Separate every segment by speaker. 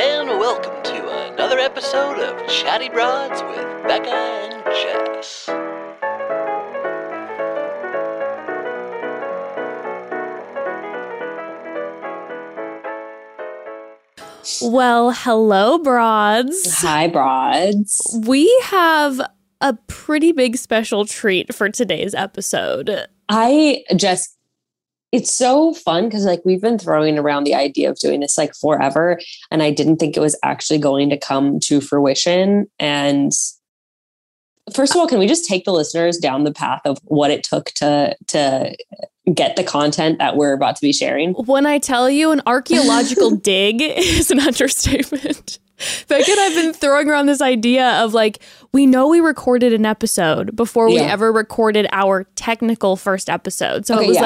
Speaker 1: welcome to another episode of Chatty Broads with Becca and Jess.
Speaker 2: Well, hello, broads.
Speaker 3: Hi, broads.
Speaker 2: We have a pretty big special treat for today's episode.
Speaker 3: I just, it's so fun because like we've been throwing around the idea of doing this like forever, and I didn't think it was actually going to come to fruition. And first of all, can we just take the listeners down the path of what it took to to get the content that we're about to be sharing?
Speaker 2: When I tell you an archaeological dig is an understatement. Becca and I've been throwing around this idea of like, we know we recorded an episode before we
Speaker 3: Yeah.
Speaker 2: ever recorded our technical first episode. So it
Speaker 3: Okay,
Speaker 2: was
Speaker 3: yes.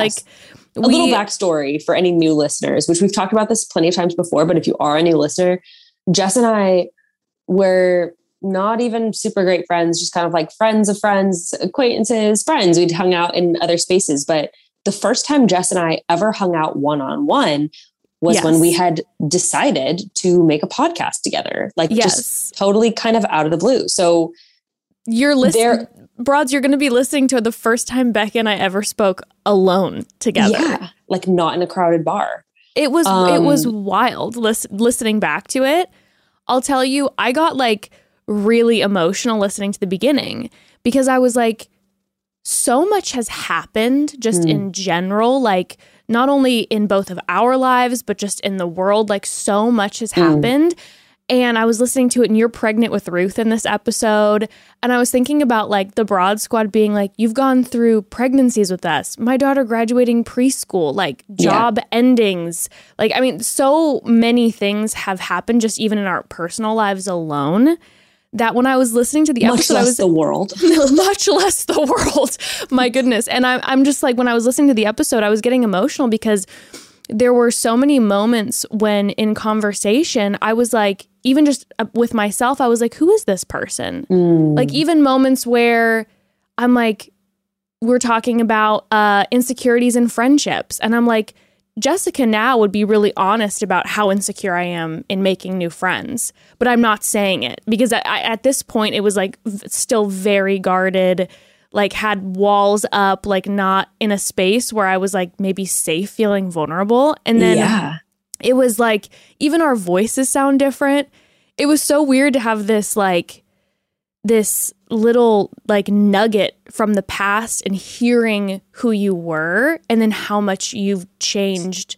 Speaker 2: like,
Speaker 3: a
Speaker 2: we,
Speaker 3: little backstory for any new listeners, which we've talked about this plenty of times before, but if you are a new listener, Jess and I were not even super great friends, just kind of like friends of friends, acquaintances, friends. We'd hung out in other spaces, but the first time Jess and I ever hung out one on one was when
Speaker 2: Yes.
Speaker 3: we had decided to make a podcast together, like just
Speaker 2: yes,
Speaker 3: totally kind of out of the blue. So
Speaker 2: you're listening.
Speaker 3: there-
Speaker 2: Broads, you're going to be listening to the first time Becca and I ever spoke alone together.
Speaker 3: yeah, like not in a crowded bar.
Speaker 2: It was it was
Speaker 3: Um,
Speaker 2: wild lis- listening back to it. I'll tell you, I got like really emotional listening to the beginning because I was like so much has happened just
Speaker 3: Mm.
Speaker 2: in general like not only in both of our lives but just in the world like so much has
Speaker 3: Mm.
Speaker 2: happened and I was listening to it and you're pregnant with Ruth in this episode and I was thinking about like the broad squad being like, you've gone through pregnancies with us, my daughter graduating preschool, like
Speaker 3: Yeah.
Speaker 2: job endings. Like, I mean, so many things have happened just even in our personal lives alone that when I was listening to the
Speaker 3: Much
Speaker 2: episode,
Speaker 3: less
Speaker 2: I was
Speaker 3: the world.
Speaker 2: much less the world. My goodness. And I'm, I'm just like, when I was listening to the episode, I was getting emotional because there were so many moments when in conversation, I was like, even just uh, with myself, I was like, who is this person?
Speaker 3: Mm.
Speaker 2: like even moments where i'm like we're talking about uh insecurities in friendships and i'm like jessica now would be really honest about how insecure i am in making new friends but i'm not saying it because i, I at this point it was like v- still very guarded like had walls up like not in a space where i was like maybe safe feeling vulnerable and then
Speaker 3: yeah.
Speaker 2: it was like even our voices sound different. It was so weird to have this like this little like nugget from the past and hearing who you were and then how much you've changed.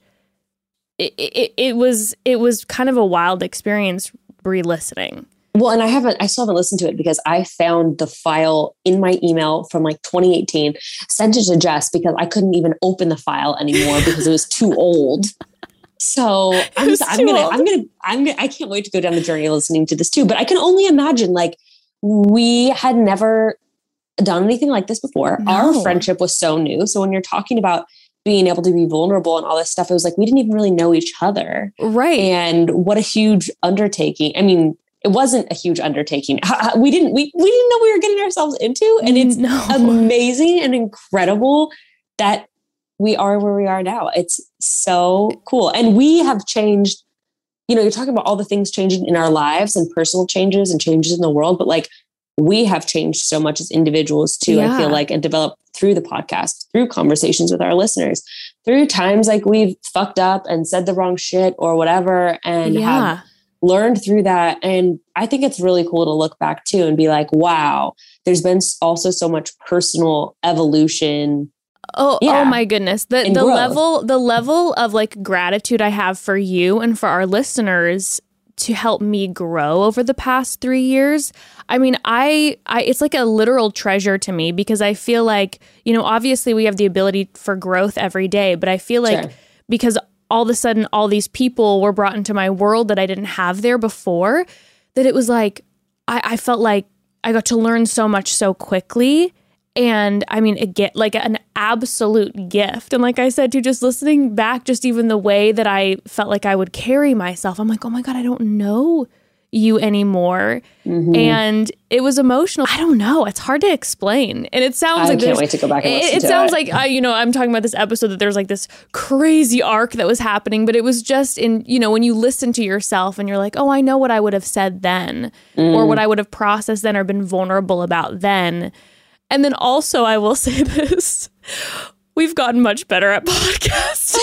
Speaker 2: It it, it was it was kind of a wild experience re-listening.
Speaker 3: Well, and I haven't, I still haven't listened to it because I found the file in my email from like 2018, sent it to Jess because I couldn't even open the file anymore because it was too old. So I'm,
Speaker 2: was
Speaker 3: just, I'm
Speaker 2: too
Speaker 3: gonna,
Speaker 2: old.
Speaker 3: I'm gonna, I'm gonna, I can't wait to go down the journey listening to this too. But I can only imagine like we had never done anything like this before.
Speaker 2: No.
Speaker 3: Our friendship was so new. So when you're talking about being able to be vulnerable and all this stuff, it was like we didn't even really know each other
Speaker 2: Right.
Speaker 3: and what a huge undertaking i mean it wasn't a huge undertaking Ha- ha- we didn't we, we didn't know we were getting ourselves into and it's
Speaker 2: no.
Speaker 3: amazing and incredible that we are where we are now it's so cool and we have changed you know you're talking about all the things changing in our lives and personal changes and changes in the world but like we have changed so much as individuals too i
Speaker 2: Yeah.
Speaker 3: feel like and developed through the podcast through conversations with our listeners through times like we've fucked up and said the wrong shit or whatever and have
Speaker 2: yeah.
Speaker 3: learned through that and i think it's really cool to look back too and be like wow there's been s- also so much personal evolution
Speaker 2: Oh,
Speaker 3: Yeah.
Speaker 2: oh my goodness. The
Speaker 3: And
Speaker 2: the
Speaker 3: growth.
Speaker 2: level the level of like gratitude I have for you and for our listeners to help me grow over the past 3 years. I mean, I I it's like a literal treasure to me because I feel like, you know, obviously we have the ability for growth every day, but I feel like
Speaker 3: Sure.
Speaker 2: because all of a sudden all these people were brought into my world that I didn't have there before, that it was like I, I felt like I got to learn so much so quickly. And I mean, a get like an absolute gift. And like I said, to just listening back, just even the way that I felt like I would carry myself, I'm like, oh my God, I don't know you anymore.
Speaker 3: Mhm.
Speaker 2: And it was emotional. I don't know. It's hard to explain. And it sounds like
Speaker 3: I can't
Speaker 2: there's
Speaker 3: wait to go back and listen
Speaker 2: it, it
Speaker 3: to
Speaker 2: sounds
Speaker 3: it.
Speaker 2: like I, you know, I'm talking about this episode that there's like this crazy arc that was happening, but it was just in, you know, when you listen to yourself and you're like, oh, I know what I would have said then,
Speaker 3: Mm.
Speaker 2: or what I would have processed then, or been vulnerable about then. And then also, I will say this: we've gotten much better at podcasts.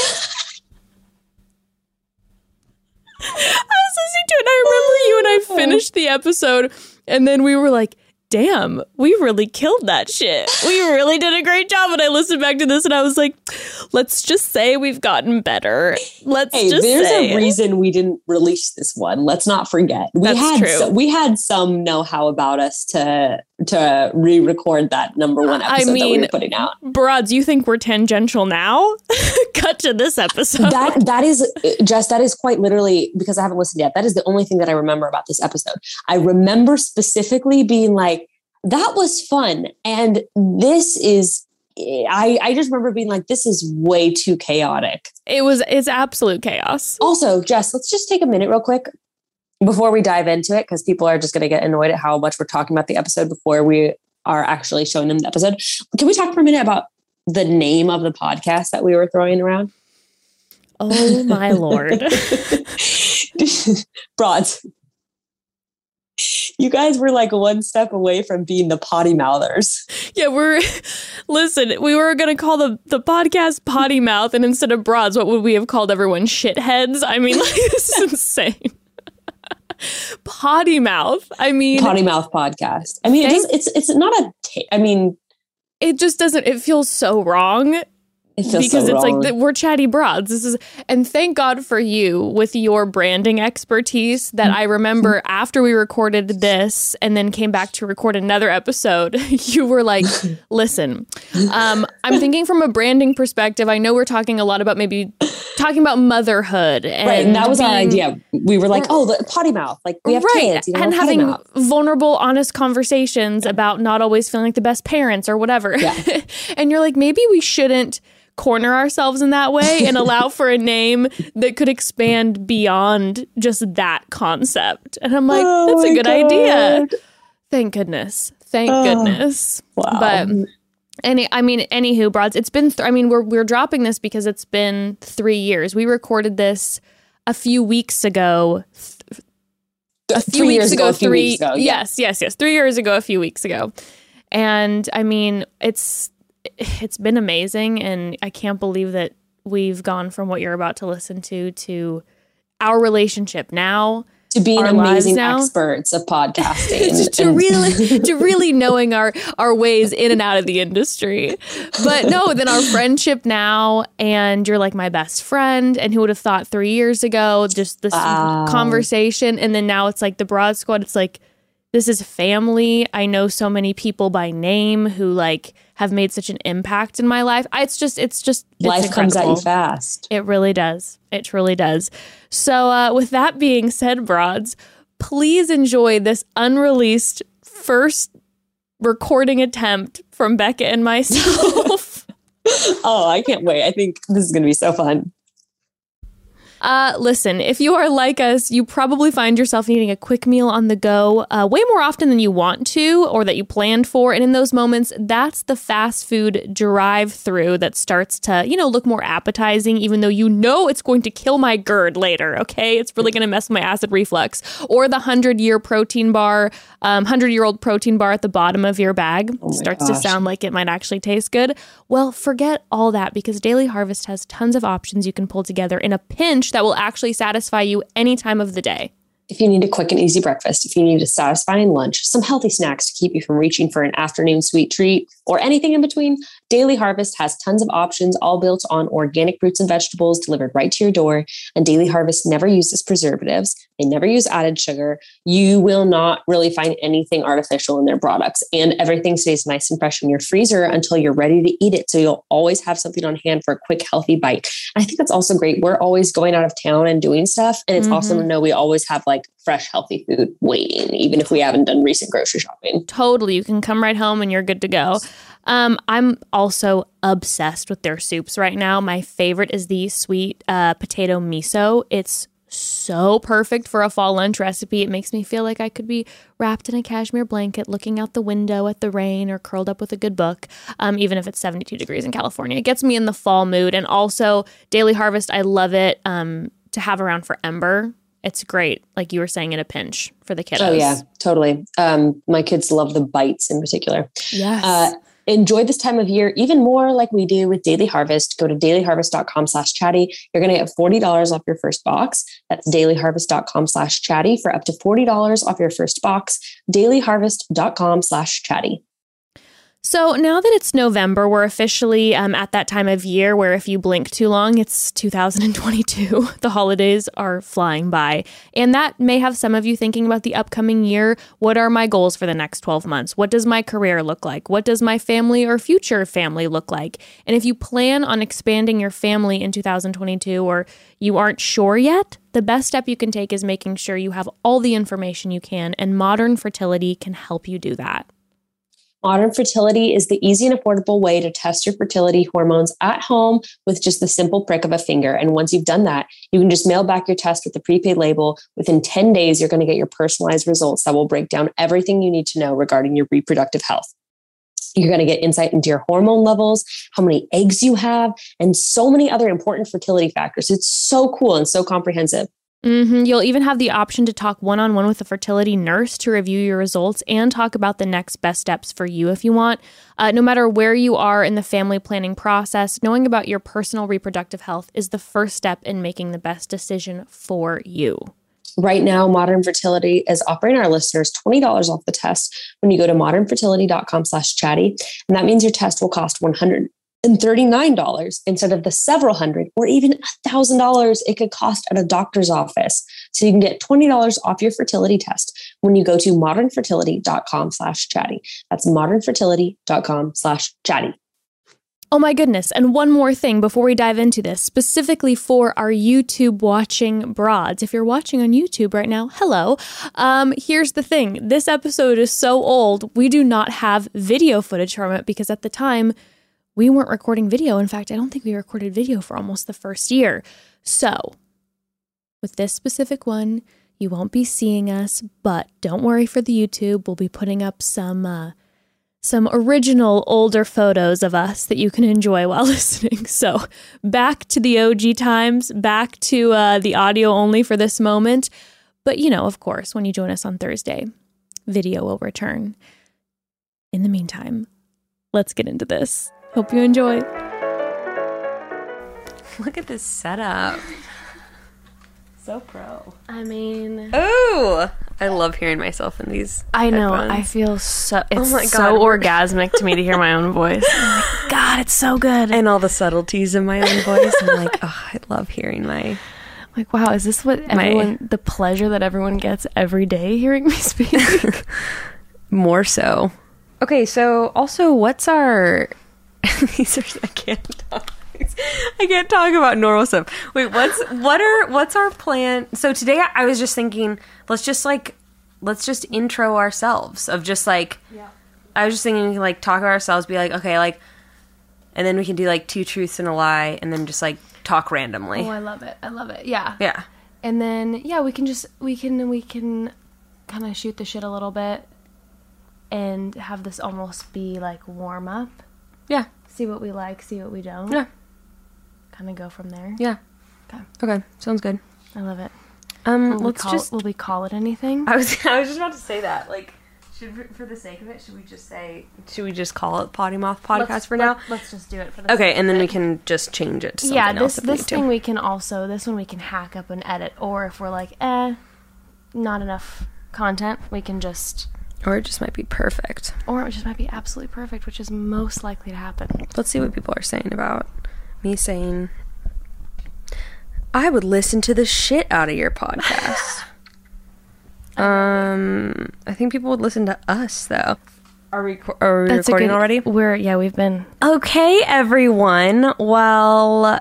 Speaker 2: I was listening to it, and I remember
Speaker 3: Oh.
Speaker 2: you and I finished the episode, and then we were like. Damn, we really killed that shit. We really did a great job. And I listened back to this and I was like, let's just say we've gotten better. Let's
Speaker 3: Hey,
Speaker 2: just
Speaker 3: there's
Speaker 2: say.
Speaker 3: a
Speaker 2: it.
Speaker 3: reason we didn't release this one. Let's not forget. We
Speaker 2: That's
Speaker 3: had
Speaker 2: true.
Speaker 3: so- we had some know-how about us to to re-record that number one
Speaker 2: I
Speaker 3: episode that we were
Speaker 2: mean,
Speaker 3: putting out.
Speaker 2: Broads, you think we're tangential now? Cut to this episode.
Speaker 3: That that is Jess, that is quite literally because I haven't listened yet. That is the only thing that I remember about this episode. I remember specifically being like, that was fun. And this is I, I just remember being like, this is way too chaotic.
Speaker 2: It was it's absolute chaos.
Speaker 3: Also, Jess, let's just take a minute real quick before we dive into it because people are just going to get annoyed at how much we're talking about the episode before we are actually showing them the episode. Can we talk for a minute about the name of the podcast that we were throwing around?
Speaker 2: Oh my lord.
Speaker 3: Broads. You guys were like one step away from being the potty mouthers.
Speaker 2: yeah, we're listen, we were gonna call the, the podcast potty mouth, and instead of broads, what would we have called everyone shitheads? I mean, like this is insane. potty mouth. I mean
Speaker 3: Potty mouth podcast. I mean, it does, it's it's not a. ta- I mean,
Speaker 2: it just doesn't it feels so wrong
Speaker 3: it feels
Speaker 2: because
Speaker 3: so
Speaker 2: it's
Speaker 3: wrong.
Speaker 2: like th- we're chatty broads. This is and thank God for you with your branding expertise that I remember after we recorded this and then came back to record another episode. You were like, "Listen, um, I'm thinking from a branding perspective. I know we're talking a lot about maybe talking about motherhood, and
Speaker 3: right, and that was our
Speaker 2: being-
Speaker 3: idea. We were like, oh, the potty mouth. Like we have kids, you know,
Speaker 2: and
Speaker 3: potty
Speaker 2: having
Speaker 3: mouth.
Speaker 2: vulnerable, honest conversations about not always feeling like the best parents or whatever.
Speaker 3: Yeah.
Speaker 2: and you're like, maybe we shouldn't corner ourselves in that way and allow for a name that could expand beyond just that concept. And I'm like,
Speaker 3: Oh
Speaker 2: that's a
Speaker 3: my
Speaker 2: good idea.
Speaker 3: God.
Speaker 2: Thank goodness. Thank
Speaker 3: Oh.
Speaker 2: goodness.
Speaker 3: Wow.
Speaker 2: But any, I mean, anywho, broads. It's been. Th- I mean, we're we're dropping this because it's been three years. We recorded this a few weeks ago. th- a few
Speaker 3: three
Speaker 2: weeks
Speaker 3: years
Speaker 2: ago,
Speaker 3: ago, a few
Speaker 2: three.
Speaker 3: weeks ago, yeah.
Speaker 2: Yes, yes, yes. Three years ago, a few weeks ago, and I mean, it's it's been amazing, and I can't believe that we've gone from what you're about to listen to to our relationship now
Speaker 3: to be
Speaker 2: our lives
Speaker 3: amazing
Speaker 2: now.
Speaker 3: experts of podcasting.
Speaker 2: to
Speaker 3: and-
Speaker 2: really to really knowing our our ways in and out of the industry but no then our friendship now and you're like my best friend and who would have thought three years ago just this
Speaker 3: Wow.
Speaker 2: conversation and then now it's like the broad squad it's like this is family i know so many people by name who like have made such an impact in my life I, it's just it's just it's
Speaker 3: life comes at you
Speaker 2: incredible.
Speaker 3: fast.
Speaker 2: It really does. It truly does. So, uh, with that being said, broads, please enjoy this unreleased first recording attempt from Becca and myself.
Speaker 3: Oh, I can't wait. I think this is going to be so fun.
Speaker 2: uh, listen, if you are like us, you probably find yourself needing a quick meal on the go uh, way more often than you want to or that you planned for. And in those moments, that's the fast food drive through that starts to, you know, look more appetizing, even though you know it's going to kill my GERD later, okay? It's really going to mess with my acid reflux. Or the 100 year protein bar, 100 year old protein bar at the bottom of your bag
Speaker 3: Oh my
Speaker 2: starts to
Speaker 3: gosh.
Speaker 2: sound like it might actually taste good. Well, forget all that because Daily Harvest has tons of options you can pull together in a pinch that will actually satisfy you any time of the day.
Speaker 3: If you need a quick and easy breakfast, if you need a satisfying lunch, some healthy snacks to keep you from reaching for an afternoon sweet treat, or anything in between, Daily Harvest has tons of options all built on organic fruits and vegetables delivered right to your door. And Daily Harvest never uses preservatives, they never use added sugar. You will not really find anything artificial in their products. And everything stays nice and fresh in your freezer until you're ready to eat it. So you'll always have something on hand for a quick, healthy bite. I think that's also great. We're always going out of town and doing stuff. And it's awesome to know we always have like fresh, healthy food waiting, even if we haven't done recent grocery shopping.
Speaker 2: Totally. You can come right home and you're good to go. Um, I'm also obsessed with their soups right now. My favorite is the sweet uh, potato miso. It's so perfect for a fall lunch recipe. It makes me feel like I could be wrapped in a cashmere blanket, looking out the window at the rain, or curled up with a good book, um, even if it's 72 degrees in California. It gets me in the fall mood. And also, Daily Harvest, I love it um, to have around for Ember. It's great, like you were saying, in a pinch for the kiddos.
Speaker 3: Oh yeah, totally. Um, my kids love the bites in particular.
Speaker 2: Yes.
Speaker 3: Uh, enjoy this time of year even more like we do with daily harvest go to dailyharvest.com slash chatty you're going to get $40 off your first box that's dailyharvest.com slash chatty for up to $40 off your first box dailyharvest.com slash chatty
Speaker 2: So now that it's November, we're officially um, at that time of year where if you blink too long, it's 2022. the holidays are flying by. And that may have some of you thinking about the upcoming year. What are my goals for the next 12 months? What does my career look like? What does my family or future family look like? And if you plan on expanding your family in 2022 or you aren't sure yet, the best step you can take is making sure you have all the information you can, and modern fertility can help you do that.
Speaker 3: Modern Fertility is the easy and affordable way to test your fertility hormones at home with just the simple prick of a finger. And once you've done that, you can just mail back your test with a prepaid label. Within 10 days, you're going to get your personalized results that will break down everything you need to know regarding your reproductive health. You're going to get insight into your hormone levels, how many eggs you have, and so many other important fertility factors. It's so cool and so comprehensive.
Speaker 2: hmm You'll even have the option to talk one on one with a fertility nurse to review your results and talk about the next best steps for you if you want. Uh, no matter where you are in the family planning process, knowing about your personal reproductive health is the first step in making the best decision for you.
Speaker 3: Right now, Modern Fertility is offering our listeners $20 off the test when you go to modernfertility.com slash chatty. And that means your test will cost $139 instead of the several hundred or even $1,000 it could cost at a doctor's office. So you can get $20 off your fertility test when you go to modernfertility.com slash chatty. That's modernfertility.com slash chatty.
Speaker 2: Oh my goodness. And one more thing before we dive into this, specifically for our YouTube watching broads. If you're watching on YouTube right now, hello. Um, here's the thing this episode is so old, we do not have video footage from it because at the time we weren't recording video. In fact, I don't think we recorded video for almost the first year. So with this specific one, you won't be seeing us, but don't worry for the YouTube. We'll be putting up some. Uh, some original older photos of us that you can enjoy while listening. So, back to the OG times, back to uh, the audio only for this moment. But, you know, of course, when you join us on Thursday, video will return. In the meantime, let's get into this. Hope you enjoy.
Speaker 4: Look at this setup. So pro.
Speaker 2: I mean,
Speaker 4: Oh, I love hearing myself in these.
Speaker 2: I know. I
Speaker 4: headphones.
Speaker 2: feel so, it's
Speaker 4: Oh my
Speaker 2: so
Speaker 4: God.
Speaker 2: orgasmic to me to hear my own voice. Oh God, it's so good.
Speaker 4: and all the subtleties in my own voice. I'm like, oh, I love hearing my.
Speaker 2: Like, wow, is this what everyone, the pleasure that everyone gets every day hearing me speak?
Speaker 4: More so. Okay, so also, what's our? these are I can't talk. I can't talk about normal stuff. Wait, what's what are what's our plan? So today I I was just thinking, let's just like let's just intro ourselves of just like I was just thinking we can like talk about ourselves, be like, okay, like and then we can do like two truths and a lie and then just like talk randomly.
Speaker 5: Oh, I love it. I love it. Yeah.
Speaker 4: yeah.
Speaker 5: And then yeah, we can just we can we can kind of shoot the shit a little bit and have this almost be like warm up.
Speaker 4: Yeah.
Speaker 5: See what we like, see what we don't.
Speaker 4: Yeah.
Speaker 5: Kind of go from there.
Speaker 4: Yeah.
Speaker 5: Okay.
Speaker 4: Okay. Sounds good.
Speaker 5: I love it.
Speaker 4: Um
Speaker 5: Will
Speaker 4: let's
Speaker 5: we call
Speaker 4: just
Speaker 5: will we call it anything?
Speaker 4: I was I was just about to say that. Like, should we- for the sake of it, should we just say should we just call it Potty Mouth Podcast
Speaker 5: Let's-
Speaker 4: for now?
Speaker 5: let- Let's just do it for the
Speaker 4: Okay,
Speaker 5: sake
Speaker 4: and
Speaker 5: of
Speaker 4: then we
Speaker 5: it.
Speaker 4: can just change it. To something
Speaker 5: Yeah, this
Speaker 4: else if we
Speaker 5: this
Speaker 4: need to.
Speaker 5: thing we can also this one we can hack up and edit or if we're like, "Eh, not enough content," we can just
Speaker 4: or it just might be perfect.
Speaker 5: or it just might be absolutely perfect, which is most likely to happen.
Speaker 4: Let's see what people are saying about me saying. I would listen to the shit out of your podcast. um, I think people would listen to us though. Are we, are we
Speaker 5: That's a
Speaker 4: recording
Speaker 5: good-
Speaker 4: already?
Speaker 5: We're yeah, we've been
Speaker 4: Okay, everyone. Well,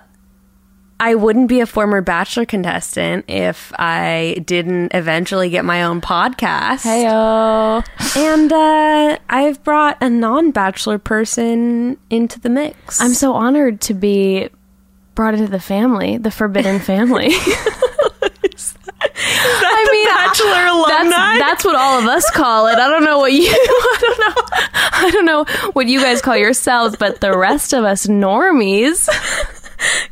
Speaker 4: I wouldn't be a former Bachelor contestant if I didn't eventually get my own podcast.
Speaker 6: uh,
Speaker 5: oh
Speaker 4: And uh, I've brought a non Bachelor person into the mix.
Speaker 5: I'm so honored to be brought into the family, the forbidden family.
Speaker 4: Bachelor alumni.
Speaker 6: That's, that's what all of us call it. I don't know what you. I don't know. I don't know what you guys call yourselves, but the rest of us normies.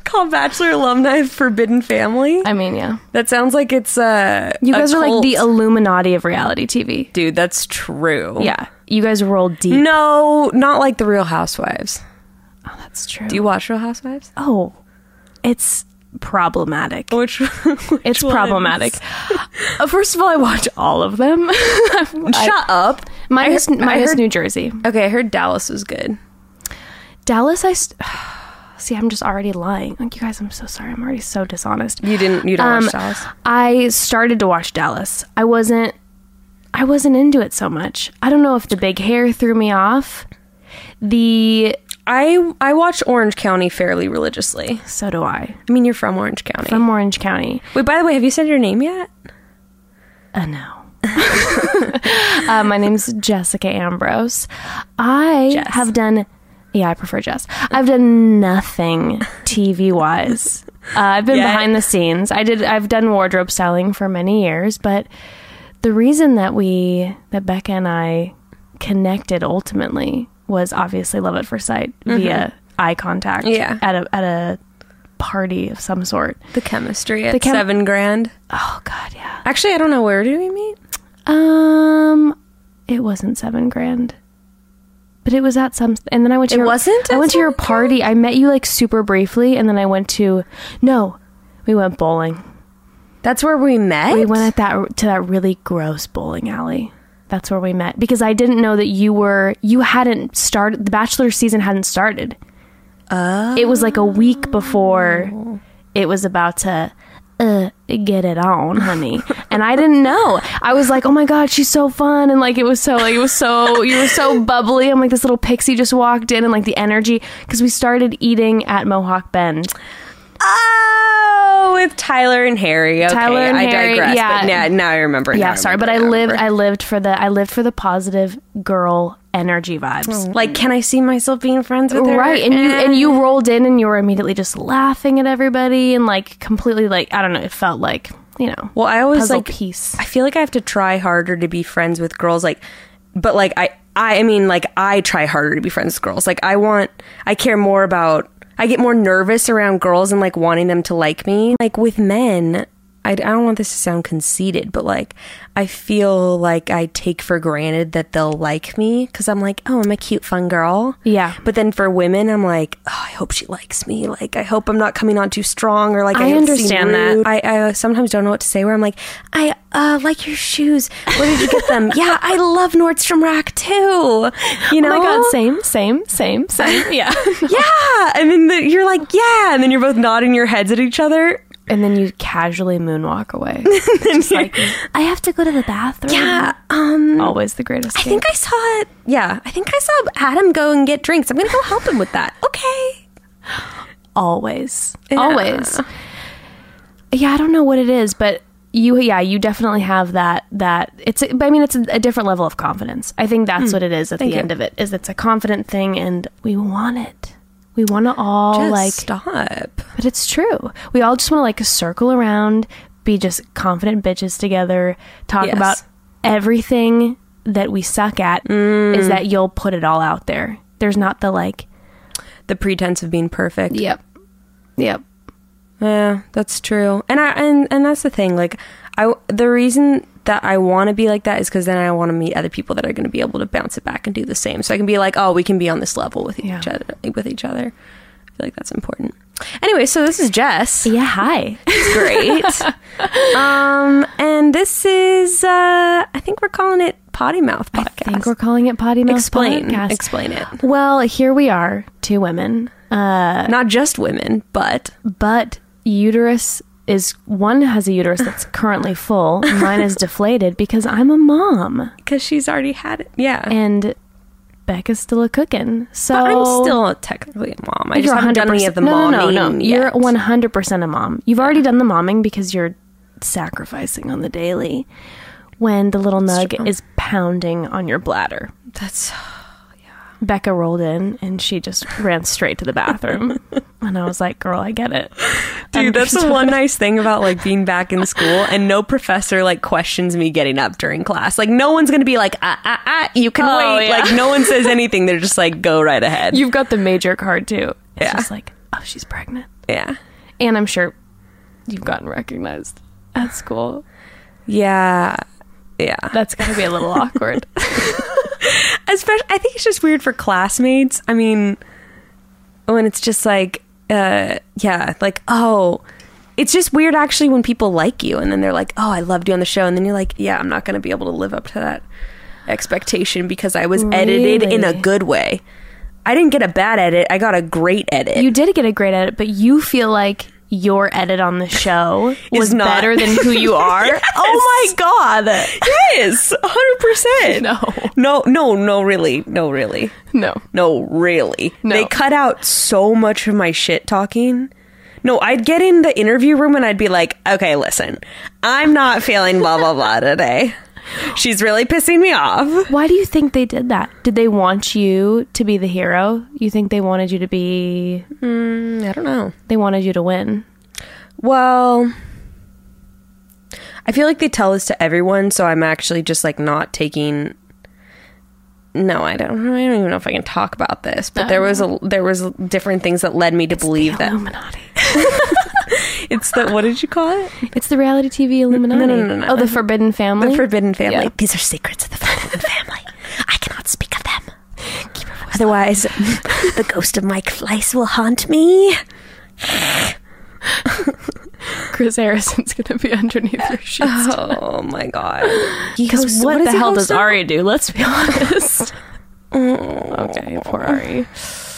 Speaker 4: called Bachelor alumni forbidden family.
Speaker 6: I mean, yeah,
Speaker 4: That sounds like it's uh
Speaker 6: you
Speaker 4: a
Speaker 6: guys are like
Speaker 4: cult.
Speaker 6: the Illuminati of reality TV.
Speaker 4: dude. That's true.
Speaker 6: Yeah, you guys roll deep.
Speaker 4: No, not like the Real Housewives.
Speaker 6: That's true.
Speaker 4: Do you watch Real Housewives?
Speaker 6: oh, it's problematic.
Speaker 4: Which, which
Speaker 6: It's
Speaker 4: ones?
Speaker 6: problematic. Uh, First of all, I watch all of them.
Speaker 4: Shut up.
Speaker 6: Minus,
Speaker 4: I heard-
Speaker 6: minus
Speaker 4: I heard-
Speaker 6: New Jersey.
Speaker 4: Okay, I heard Dallas was good.
Speaker 6: Dallas, I st- see. I'm just already lying. Like you guys, I'm so sorry. I'm already so dishonest.
Speaker 4: You didn't. You don't
Speaker 6: Um,
Speaker 4: watch Dallas.
Speaker 6: I started to watch Dallas. I wasn't. I wasn't into it so much. I don't know if the big hair threw me off. The
Speaker 4: I I watch Orange County fairly religiously.
Speaker 6: so do I.
Speaker 4: I mean, you're from Orange County.
Speaker 6: From Orange County.
Speaker 4: Wait, by the way, have you said your name yet?
Speaker 6: Uh, no. uh, my name's Jessica Ambrose. I have done, yeah, I prefer Jess. I've done nothing TV wise. Uh, I've been
Speaker 4: Yet.
Speaker 6: behind the scenes. I did. I've done wardrobe styling for many years, but the reason that we, that Becca and I, connected ultimately was obviously love at first sight via eye contact.
Speaker 4: Yeah.
Speaker 6: at a at a party of some sort.
Speaker 4: The chemistry at
Speaker 6: chem-
Speaker 4: seven grand.
Speaker 6: Oh God, yeah.
Speaker 4: Actually, I don't know where do we meet.
Speaker 6: Um, it wasn't seven grand, but it was at some. And then I went to
Speaker 4: It
Speaker 6: your,
Speaker 4: wasn't
Speaker 6: I
Speaker 4: at
Speaker 6: went to your
Speaker 4: seven
Speaker 6: party. I met you like super briefly, and then I went to. No, we went bowling.
Speaker 4: That's where we met.
Speaker 6: We went at that to that really gross bowling alley. That's where we met because I didn't know that you were you hadn't started. The Bachelor season hadn't started. It was like a week before it was about to uh, get it on, honey. and I didn't know. I was like, oh my god, she's so fun, and like it was so like it was so you were so bubbly. I'm like this little pixie just walked in, and like the energy because we started eating at Mohawk Bend.
Speaker 4: Oh, with Tyler and Harry. Okay,
Speaker 6: Tyler and
Speaker 4: I
Speaker 6: Harry,
Speaker 4: digress.
Speaker 6: yeah.
Speaker 4: But now, now I remember. now
Speaker 6: Yeah, sorry,
Speaker 4: remember,
Speaker 6: but I
Speaker 4: now
Speaker 6: lived
Speaker 4: remember.
Speaker 6: I lived for the I lived for the positive girl energy vibes.
Speaker 4: like, can I see myself being friends with her?
Speaker 6: Right, and you
Speaker 4: Eh.
Speaker 6: and you rolled in and you were immediately just laughing at everybody and like completely like I don't know, it felt like, you know,
Speaker 4: Well, I always
Speaker 6: puzzle
Speaker 4: like.
Speaker 6: piece.
Speaker 4: I feel like I have to try harder to be friends with girls. Like, but like I, I, I mean, like I try harder to be friends with girls. Like I want, I care more about. I get more nervous around girls and like wanting them to like me. Like with men, I, I don't want this to sound conceited, but like I feel like I take for granted that they'll like me because I'm like, oh, I'm a cute, fun girl.
Speaker 6: Yeah.
Speaker 4: But then for women, I'm like, oh, I hope she likes me. Like I hope I'm not coming on too strong or like
Speaker 6: I
Speaker 4: I, don't seem
Speaker 6: understand that.
Speaker 4: rude. I, I sometimes don't know what to say where I'm like, I uh, like your shoes. Where did you get them? yeah, I love Nordstrom Rack too. You know?
Speaker 6: Oh my god, same, same, same, same. Yeah.
Speaker 4: Yeah. And then the, you're like, yeah. And then you're both nodding your heads at each other.
Speaker 6: and then you casually moonwalk away. just like I have to go to the bathroom.
Speaker 4: Yeah. Um,
Speaker 6: Always the greatest.
Speaker 4: I think I saw it. Yeah. I think I saw Adam go and get drinks. I'm going to go help him with that. Okay.
Speaker 6: always always yeah i don't know what it is but you yeah you definitely have that that it's i mean it's a, a different level of confidence i think
Speaker 4: Hmm.
Speaker 6: that's what it is at the end of it is it's a confident thing and we want it we want to all
Speaker 4: Just
Speaker 6: like
Speaker 4: stop.
Speaker 6: but it's true we all just want to like circle around be just confident bitches together talk
Speaker 4: Yes.
Speaker 6: about everything that we suck at
Speaker 4: Mm.
Speaker 6: is that you'll put it all out there there's not the like
Speaker 4: The pretense of being perfect.
Speaker 6: yep yep
Speaker 4: Yeah, that's true. And I and and that's the thing. Like I the reason that I want to be like that is cuz then I want to meet other people that are going to be able to bounce it back and do the same. So I can be like, "Oh, we can be on this level with each
Speaker 6: Yeah.
Speaker 4: other with each other." I feel like that's important. Anyway, so this is Jess.
Speaker 6: yeah hi
Speaker 4: It's great. um and this is uh I think we're calling it Potty Mouth podcast.
Speaker 6: I think we're calling it Potty Mouth
Speaker 4: Explain.
Speaker 6: Podcast.
Speaker 4: Explain it.
Speaker 6: Well, here we are, two women, Uh,
Speaker 4: Not just women, but
Speaker 6: but uterus is one has a uterus that's currently full. Mine is deflated because I'm a mom
Speaker 4: cuz she's already had it. Yeah.
Speaker 6: and Becca's still a cooking. So
Speaker 4: But I'm still technically a mom. I just
Speaker 6: you're
Speaker 4: haven't done any
Speaker 6: 100%
Speaker 4: of the
Speaker 6: no,
Speaker 4: momming
Speaker 6: no, no, no.
Speaker 4: yet.
Speaker 6: You're 100 percent a mom. You've already done the momming because you're sacrificing on the daily when the little nug is pounding on your bladder.
Speaker 4: That's
Speaker 6: Becca rolled in and she just ran straight to the bathroom. and I was like, girl, I get it.
Speaker 4: Dude, that's the one nice thing about like being back in school and no professor like questions me getting up during class. Like no one's going to be like, ah, ah, ah, you can
Speaker 6: Oh,
Speaker 4: wait.
Speaker 6: yeah.
Speaker 4: Like no one says anything. They're just like, go right ahead.
Speaker 6: You've got the major card too. It's
Speaker 4: Yeah.
Speaker 6: just like, oh, she's pregnant.
Speaker 4: yeah.
Speaker 6: And I'm sure you've gotten recognized at school.
Speaker 4: Yeah. Yeah.
Speaker 6: That's going to be a little awkward.
Speaker 4: especially i think it's just weird for classmates i mean when it's just like uh yeah like oh it's just weird actually when people like you and then they're like oh i loved you on the show and then you're like yeah i'm not going to be able to live up to that expectation because i was edited in a
Speaker 6: Really?
Speaker 4: good way i didn't get a bad edit i got a great edit
Speaker 6: You did get a great edit, but you feel like your edit on the show was
Speaker 4: not.
Speaker 6: better than who you are. Oh my god.
Speaker 4: yes 100%
Speaker 6: No.
Speaker 4: no no no really no really
Speaker 6: No.
Speaker 4: No, really.
Speaker 6: No.
Speaker 4: They cut out so much of my shit talking. No, I'd get in the interview room and I'd be like, okay, listen, I'm not feeling blah, blah, blah today. She's really pissing me off.
Speaker 6: Why do you think they did that? Did they want you to be the hero? You think they wanted you to be
Speaker 4: I don't know.
Speaker 6: they wanted you to win.
Speaker 4: Well, I feel like they tell this to everyone, so I'm actually just like not taking. No, I don't. I don't even know if I can talk about this. But there was a there was different things that led me to believe that
Speaker 6: Illuminati.
Speaker 4: it's the what did you call it?
Speaker 6: It's the reality TV Illuminati.
Speaker 4: no, no, no,
Speaker 6: Oh, the Forbidden Family.
Speaker 4: The Forbidden Family.
Speaker 6: Yeah.
Speaker 4: These are secrets of the Forbidden Family. I cannot speak of them. Otherwise, the ghost of Mike Fleiss will haunt me.
Speaker 6: Chris Harrison's gonna be underneath your sheets.
Speaker 4: Oh my god.
Speaker 6: Because
Speaker 4: hosts-
Speaker 6: what,
Speaker 4: what does
Speaker 6: the
Speaker 4: he
Speaker 6: hell
Speaker 4: host
Speaker 6: does
Speaker 4: now?
Speaker 6: Ari do? Let's be honest. okay, poor Ari.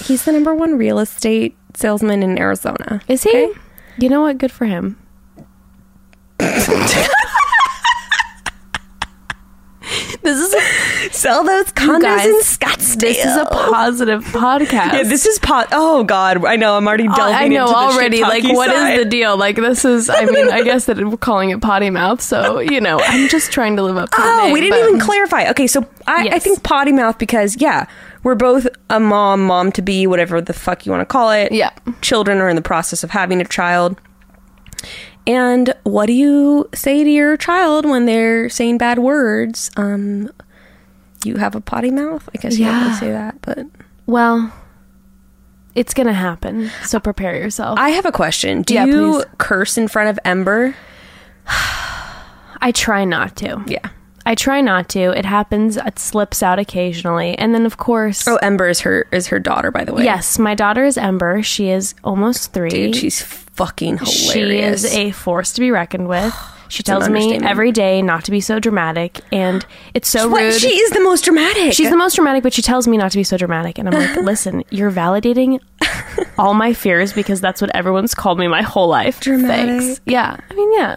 Speaker 4: He's the number one real estate salesman in Arizona.
Speaker 6: Is he? You know what? Good for him. this is a,
Speaker 4: Sell those condos
Speaker 6: guys,
Speaker 4: in Scottsdale.
Speaker 6: this is a positive podcast.
Speaker 4: yeah, this is pot. Oh God, I know. I'm already delving.
Speaker 6: I know already. Like, what is the
Speaker 4: deal?
Speaker 6: deal? Like, this is. I mean, I guess that we're calling it potty mouth. So you know, I'm just trying to live up. to the
Speaker 4: Oh,
Speaker 6: name,
Speaker 4: we didn't
Speaker 6: but-
Speaker 4: even clarify. Okay, so I, I
Speaker 6: Yes.
Speaker 4: think potty mouth because yeah, we're both a mom, mom to be, whatever the fuck you want to call it.
Speaker 6: Yeah.
Speaker 4: children are in the process of having a child. And what do you say to your child when they're saying bad words? Um, you have a potty mouth. I guess you don't really
Speaker 6: Yeah.
Speaker 4: say that, but
Speaker 6: Well, it's gonna happen. So prepare yourself.
Speaker 4: I have a question. Do
Speaker 6: Yeah,
Speaker 4: you
Speaker 6: please.
Speaker 4: curse in front of Ember?
Speaker 6: I try not to.
Speaker 4: Yeah.
Speaker 6: I try not to. It happens. It slips out occasionally, and then of course,
Speaker 4: Oh, Ember is her is her daughter, by the way.
Speaker 6: yes, my daughter is Ember. She is almost three.
Speaker 4: dude, she's fucking
Speaker 6: she
Speaker 4: hilarious.
Speaker 6: is a force to be reckoned with. She tells me
Speaker 4: understatement.
Speaker 6: every day not to be so dramatic, and it's so
Speaker 4: What?
Speaker 6: rude.
Speaker 4: She is the most dramatic.
Speaker 6: She's the most dramatic, but she tells me not to be so dramatic. And I'm like, listen, you're validating all my fears because that's what everyone's called me my whole life.
Speaker 4: Dramatic.
Speaker 6: Thanks. Yeah. I mean, yeah.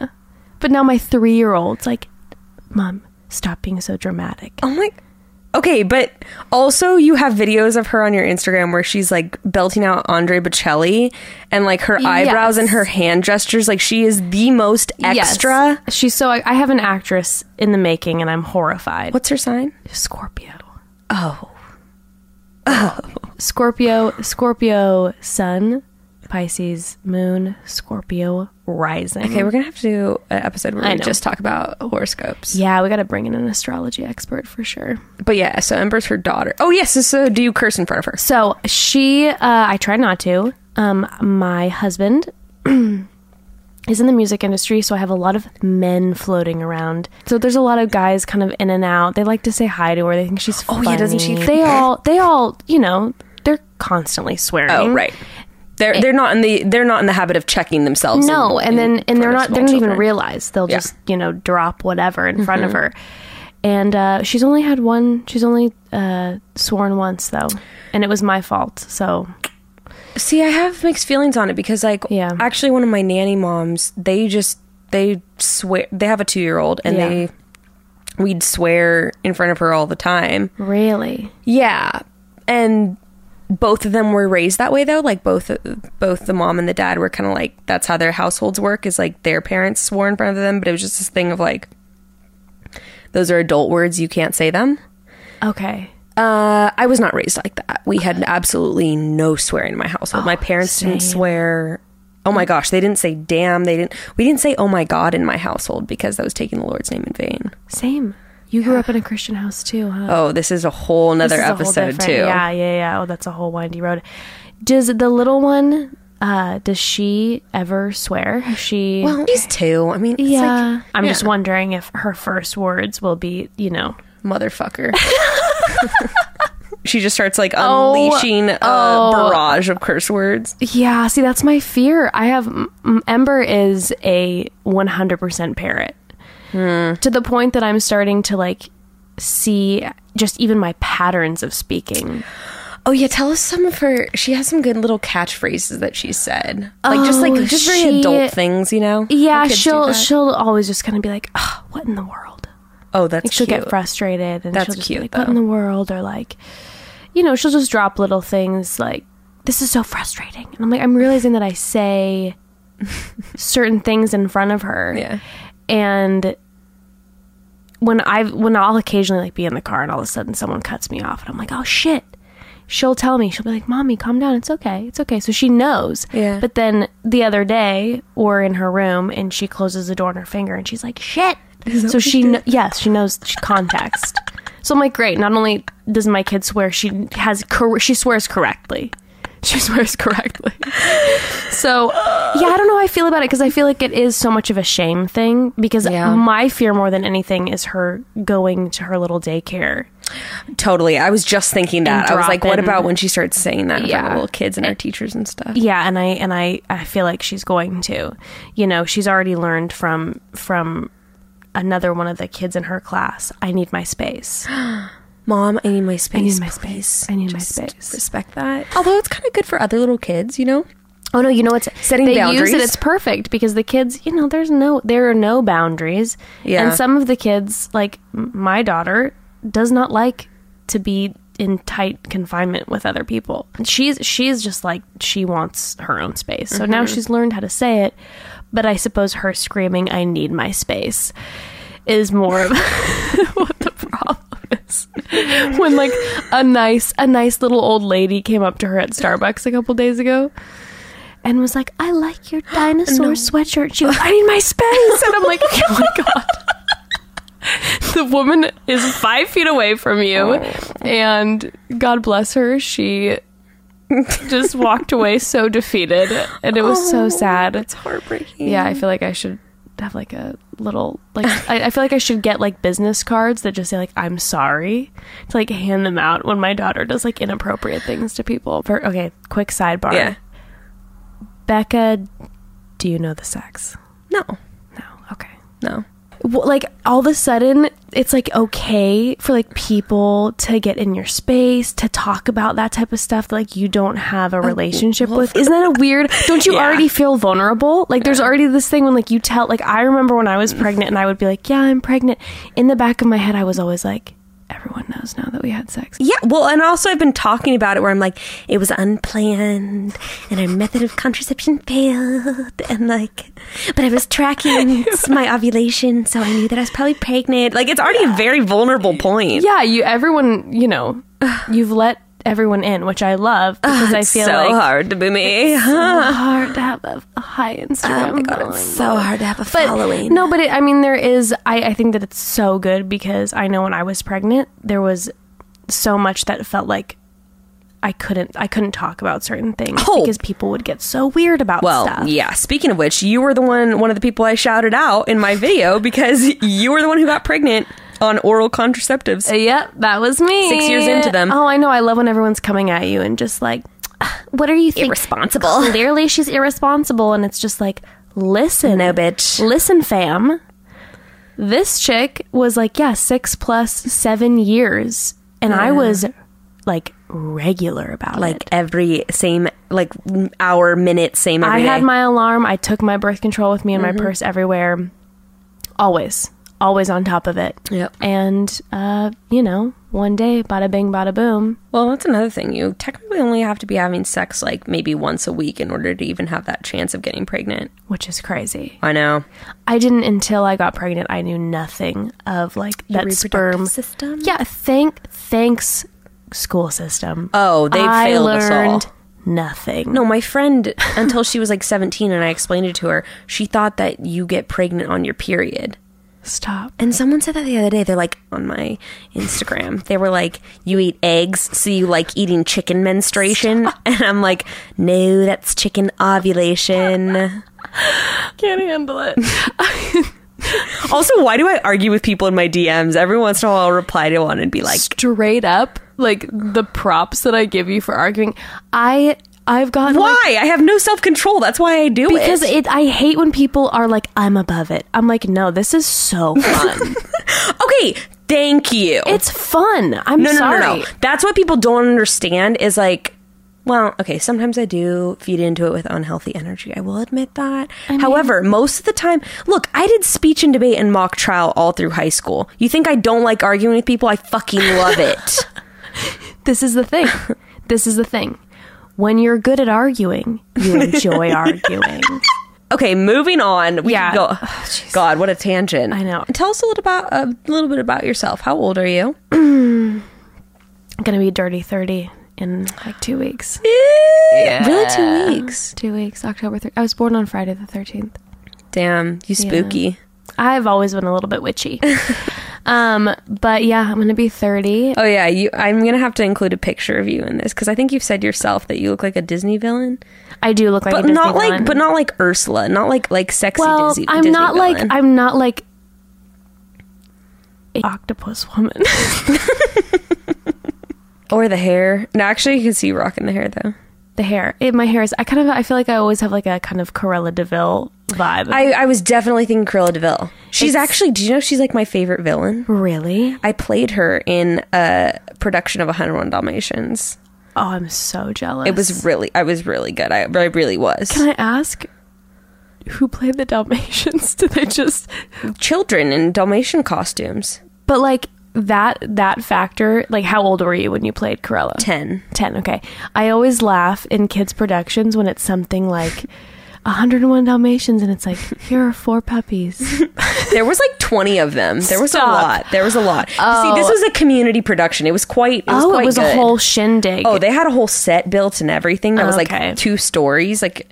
Speaker 6: But now my three year old's like, Mom, stop being so dramatic.
Speaker 4: Oh my. Okay, but also you have videos of her on your Instagram where she's like belting out Andre Bocelli and like her eyebrows and her hand gestures. Like she is the most extra.
Speaker 6: Yes. She's so. I, I have an actress in the making and I'm horrified.
Speaker 4: What's her sign?
Speaker 6: Scorpio. Oh. Oh. Scorpio, Scorpio sun, Pisces moon, Scorpio rising.
Speaker 4: Okay, we're gonna have to do an episode where
Speaker 6: I
Speaker 4: we
Speaker 6: know.
Speaker 4: just talk about horoscopes.
Speaker 6: Yeah, we got to bring in an astrology expert for sure.
Speaker 4: But yeah, so Ember's her daughter. Oh yes, so, so do you curse in front of her?
Speaker 6: So she, uh, I try not to. Um, my husband is in the music industry, so I have a lot of men floating around. So there's a lot of guys kind of in and out. They like to say hi to her. They think she's funny.
Speaker 4: Oh, yeah, doesn't she-
Speaker 6: They all, they all, you know, they're constantly swearing.
Speaker 4: Oh right. They're they're not in the they're not in the habit of checking themselves.
Speaker 6: No,
Speaker 4: in-
Speaker 6: Oh, and
Speaker 4: in
Speaker 6: then and they're
Speaker 4: front of
Speaker 6: not
Speaker 4: small
Speaker 6: they don't even
Speaker 4: children. Mm-hmm.
Speaker 6: realize they'll just you know drop whatever in front of her. And uh, she's only had one. She's only uh, sworn once though, and it was my fault. So
Speaker 4: See, I have mixed feelings on it because, like,
Speaker 6: Yeah.
Speaker 4: actually, one of my nanny moms, they just they swear they have a two year old, and
Speaker 6: Yeah.
Speaker 4: they we'd swear in front of her all the time.
Speaker 6: really,
Speaker 4: Yeah, and both of them were raised that way though. Like both both the mom and the dad were kind of like that's how their households work. Is like their parents swore in front of them, but it was just this thing of like those are adult words, you can't say them.
Speaker 6: okay,
Speaker 4: Uh, I was not Oh, raised like that. We had absolutely no swearing in my household. my parents didn't swear Oh my gosh, they didn't say damn. They didn't. We didn't say oh my god in my household because that was taking the Lord's name in vain.
Speaker 6: Same. You grew up in a Christian house too, huh?
Speaker 4: Oh, this is a whole nother
Speaker 6: This is a whole
Speaker 4: episode
Speaker 6: different-
Speaker 4: too.
Speaker 6: Yeah, yeah, yeah. Oh, that's a whole windy road. Does the little one? Uh, does she ever swear? Has she?
Speaker 4: Well, she's two. I mean, it's
Speaker 6: yeah.
Speaker 4: like,
Speaker 6: I'm
Speaker 4: yeah.
Speaker 6: just wondering if her first words will be, you know,
Speaker 4: motherfucker. she just starts like unleashing a barrage of curse words.
Speaker 6: Yeah, see, that's my fear. I have m- Ember is a 100% parrot to the point that I'm starting to like see just even my patterns of speaking.
Speaker 4: Oh yeah, tell us some of her. She has some good little catchphrases that she said, like just like
Speaker 6: Oh,
Speaker 4: just very
Speaker 6: she-
Speaker 4: adult things, you know.
Speaker 6: Yeah,
Speaker 4: Her kids do
Speaker 6: she'll
Speaker 4: that.
Speaker 6: she'll always just kind of be like, oh, "What in the world?"
Speaker 4: Oh, that's
Speaker 6: Like she'll
Speaker 4: cute.
Speaker 6: get frustrated and
Speaker 4: That's
Speaker 6: she'll just
Speaker 4: cute,
Speaker 6: be like, "What in
Speaker 4: though.
Speaker 6: the world?" or like, you know, she'll just drop little things like, "This is so frustrating," and I'm like, I'm realizing that I say certain things in front of her.
Speaker 4: yeah.
Speaker 6: and when I when I'll occasionally like be in the car and all of a sudden someone cuts me off and I'm like, oh shit. She'll tell me, she'll be like, Mommy, calm down, it's okay, it's okay. So she knows.
Speaker 4: Yeah.
Speaker 6: But then the other day, we're in her room and she closes the door on her finger and she's like, shit. So she, kn- yes, she knows she context. so I'm like, great. Not only does my kid swear, she has, cor- she swears correctly. She swears correctly. So, yeah, I don't know how I feel about it because I feel like it is so much of a shame thing because
Speaker 4: Yeah.
Speaker 6: my fear more than anything is her going to her little daycare.
Speaker 4: Totally. I was just thinking that. I was like, what
Speaker 6: dropping-
Speaker 4: about when she starts saying that in front of
Speaker 6: Yeah.
Speaker 4: little kids and our teachers and stuff?
Speaker 6: Yeah, and I and I I feel like she's going to. You know, she's already learned from from another one of the kids in her class. I need my space.
Speaker 4: Mom, I need my space. I
Speaker 6: need my space. I need my space.
Speaker 4: Respect that. Although it's kind of good for other little kids, you know?
Speaker 6: Oh no, you know it's
Speaker 4: Setting
Speaker 6: they
Speaker 4: boundaries.
Speaker 6: use it. It's perfect because the kids, you know, there's no there are no boundaries.
Speaker 4: Yeah.
Speaker 6: And some of the kids, like m- my daughter, does not like to be in tight confinement with other people. She's she's just like she wants her own space. So now
Speaker 4: Mm-hmm.
Speaker 6: she's learned how to say it, but I suppose her screaming I need my space is more of what the problem is. When like a nice a nice little old lady came up to her at Starbucks a couple days ago and was like, I like your dinosaur sweatshirt. She was, I need my space. And I'm like, oh my God. The woman is five feet away from you. And God bless her. She just walked away so defeated. And it was so sad. It's
Speaker 4: Heartbreaking.
Speaker 6: yeah, I feel like I should have like a little like I, I feel like I should get like business cards that just say like I'm sorry to like hand them out when my daughter does like inappropriate things to people. For okay, quick sidebar.
Speaker 4: Yeah.
Speaker 6: Becca, do you know the sex?
Speaker 4: No.
Speaker 6: No. Okay.
Speaker 4: No.
Speaker 6: Well, like all of a sudden, it's like okay for like people to get in your space to talk about that type of stuff that, like you don't have a relationship with. Isn't that a weird? Don't you already feel vulnerable? Like there's already this thing when like you tell like I remember when I was pregnant and I would be like, yeah, I'm pregnant. In the back of my head, I was always like, everyone knows now that we had sex.
Speaker 4: Yeah, well, and also I've been talking about it where I'm like, it was unplanned, and our method of contraception failed, and like, but I was tracking my ovulation, so I knew that I was probably pregnant. Like, it's already a very vulnerable point.
Speaker 6: Yeah, you everyone you know you've let everyone in, which I love because I feel
Speaker 4: so
Speaker 6: like
Speaker 4: hard to be me.
Speaker 6: so hard to have a, a high Instagram. following.
Speaker 4: so hard to have a
Speaker 6: but
Speaker 4: following.
Speaker 6: no, but it, I mean, there is. I, I think that it's so good because I know when I was pregnant, there was so much that felt like I couldn't. I couldn't talk about certain things
Speaker 4: Oh.
Speaker 6: because people would get so weird about
Speaker 4: Well,
Speaker 6: stuff.
Speaker 4: yeah. Speaking of which, you were the one, one of the people I shouted out in my video because you were the one who got pregnant on oral contraceptives.
Speaker 6: Yep, uh, that was me.
Speaker 4: Six years into them.
Speaker 6: Oh, I know. I love when everyone's coming at you and just like, what are you thinking?
Speaker 4: Irresponsible.
Speaker 6: Clearly, she's irresponsible, and it's just like, listen,
Speaker 4: No, bitch.
Speaker 6: listen, fam. This chick was like, yeah, six plus seven years, and I was like regular about it.
Speaker 4: Like every same, like hour, minute, same every
Speaker 6: I
Speaker 4: day. Mm-hmm.
Speaker 6: had my alarm. I took my birth control with me in my purse everywhere. Always, always on top of it.
Speaker 4: Yep.
Speaker 6: And uh, you know, one day, bada bing, bada boom.
Speaker 4: Well, that's another thing. You technically only have to be having sex like maybe once a week in order to even have that chance of getting pregnant.
Speaker 6: which is crazy.
Speaker 4: I know.
Speaker 6: I didn't until I got pregnant. I knew nothing of like that sperm
Speaker 4: system.
Speaker 6: Yeah, thank thanks school system.
Speaker 4: Oh, they
Speaker 6: I
Speaker 4: failed us
Speaker 6: learned
Speaker 4: all.
Speaker 6: nothing.
Speaker 4: No, my friend, until she was like 17 and I explained it to her, she thought that you get pregnant on your period.
Speaker 6: Stop.
Speaker 4: And someone said that the other day. They're like, on my Instagram, they were like, you eat eggs, so you like eating chicken menstruation. And I'm like, no, that's chicken ovulation.
Speaker 6: Can't handle it.
Speaker 4: also, why do I argue with people in my DMs? Every once in a while, I'll reply to one and be like,
Speaker 6: Straight up, like the props that I give you for arguing. I I've gotten like,
Speaker 4: why? I have no self control. That's why I do
Speaker 6: because
Speaker 4: it.
Speaker 6: it I hate when people are like I'm above it. I'm like no, this is so fun.
Speaker 4: okay, thank you.
Speaker 6: it's fun. I'm
Speaker 4: no, no,
Speaker 6: sorry.
Speaker 4: no, no. That's what people don't understand is like, well, okay, sometimes I do feed into it with unhealthy energy. I will admit that. However, most of the time, look, I did speech and debate and mock trial all through high school. You think I don't like arguing with people? I fucking love it.
Speaker 6: This is the thing. this is the thing. When you're good at arguing, you enjoy arguing.
Speaker 4: okay, moving on. We
Speaker 6: Yeah.
Speaker 4: can go. God, what a tangent.
Speaker 6: I know.
Speaker 4: Tell us a little about a little bit about yourself. How old are you?
Speaker 6: I'm gonna be dirty thirty in like two weeks.
Speaker 4: Really, two weeks?
Speaker 6: Two weeks, October. Thir- I was born on Friday the thirteenth.
Speaker 4: Damn, you spooky.
Speaker 6: I've always been a little bit witchy. um, but yeah, I'm gonna be 30.
Speaker 4: Oh yeah, you. I'm gonna have to include a picture of you in this because I think you've said yourself that you look like a Disney villain,
Speaker 6: I do look like
Speaker 4: but
Speaker 6: a Disney
Speaker 4: not like,
Speaker 6: villain.
Speaker 4: but not like Ursula, not like like sexy.
Speaker 6: well,
Speaker 4: Disney,
Speaker 6: I'm
Speaker 4: Disney
Speaker 6: not
Speaker 4: villain.
Speaker 6: like I'm not like a octopus woman.
Speaker 4: or the hair. No, actually, you can see you rocking the hair though.
Speaker 6: the hair, it, my hair is. I kind of I feel like I always have like a kind of Corella Deville vibe.
Speaker 4: I, I was definitely thinking Cruella Deville. She's
Speaker 6: It's-
Speaker 4: actually. Do you know she's like my favorite villain?
Speaker 6: really?
Speaker 4: I played her in a production of 101 Dalmatians.
Speaker 6: Oh, I'm so jealous.
Speaker 4: It was really, I was really good. I, I really was.
Speaker 6: Can I ask who played the Dalmatians? Did they just?
Speaker 4: Children in Dalmatian costumes.
Speaker 6: But like that that factor, like how old were you when you played Corella?
Speaker 4: Ten.
Speaker 6: 10 okay i always laugh in kids productions when it's something like 101 dalmatians and it's like here are four puppies
Speaker 4: There was like 20 of them. There was
Speaker 6: Stop.
Speaker 4: a lot. There was a lot. See, this was a community production. It was quite. It was
Speaker 6: oh
Speaker 4: quite
Speaker 6: it was
Speaker 4: good.
Speaker 6: a whole shindig
Speaker 4: Oh, they had a whole set built and everything that was
Speaker 6: Okay.
Speaker 4: like two stories, like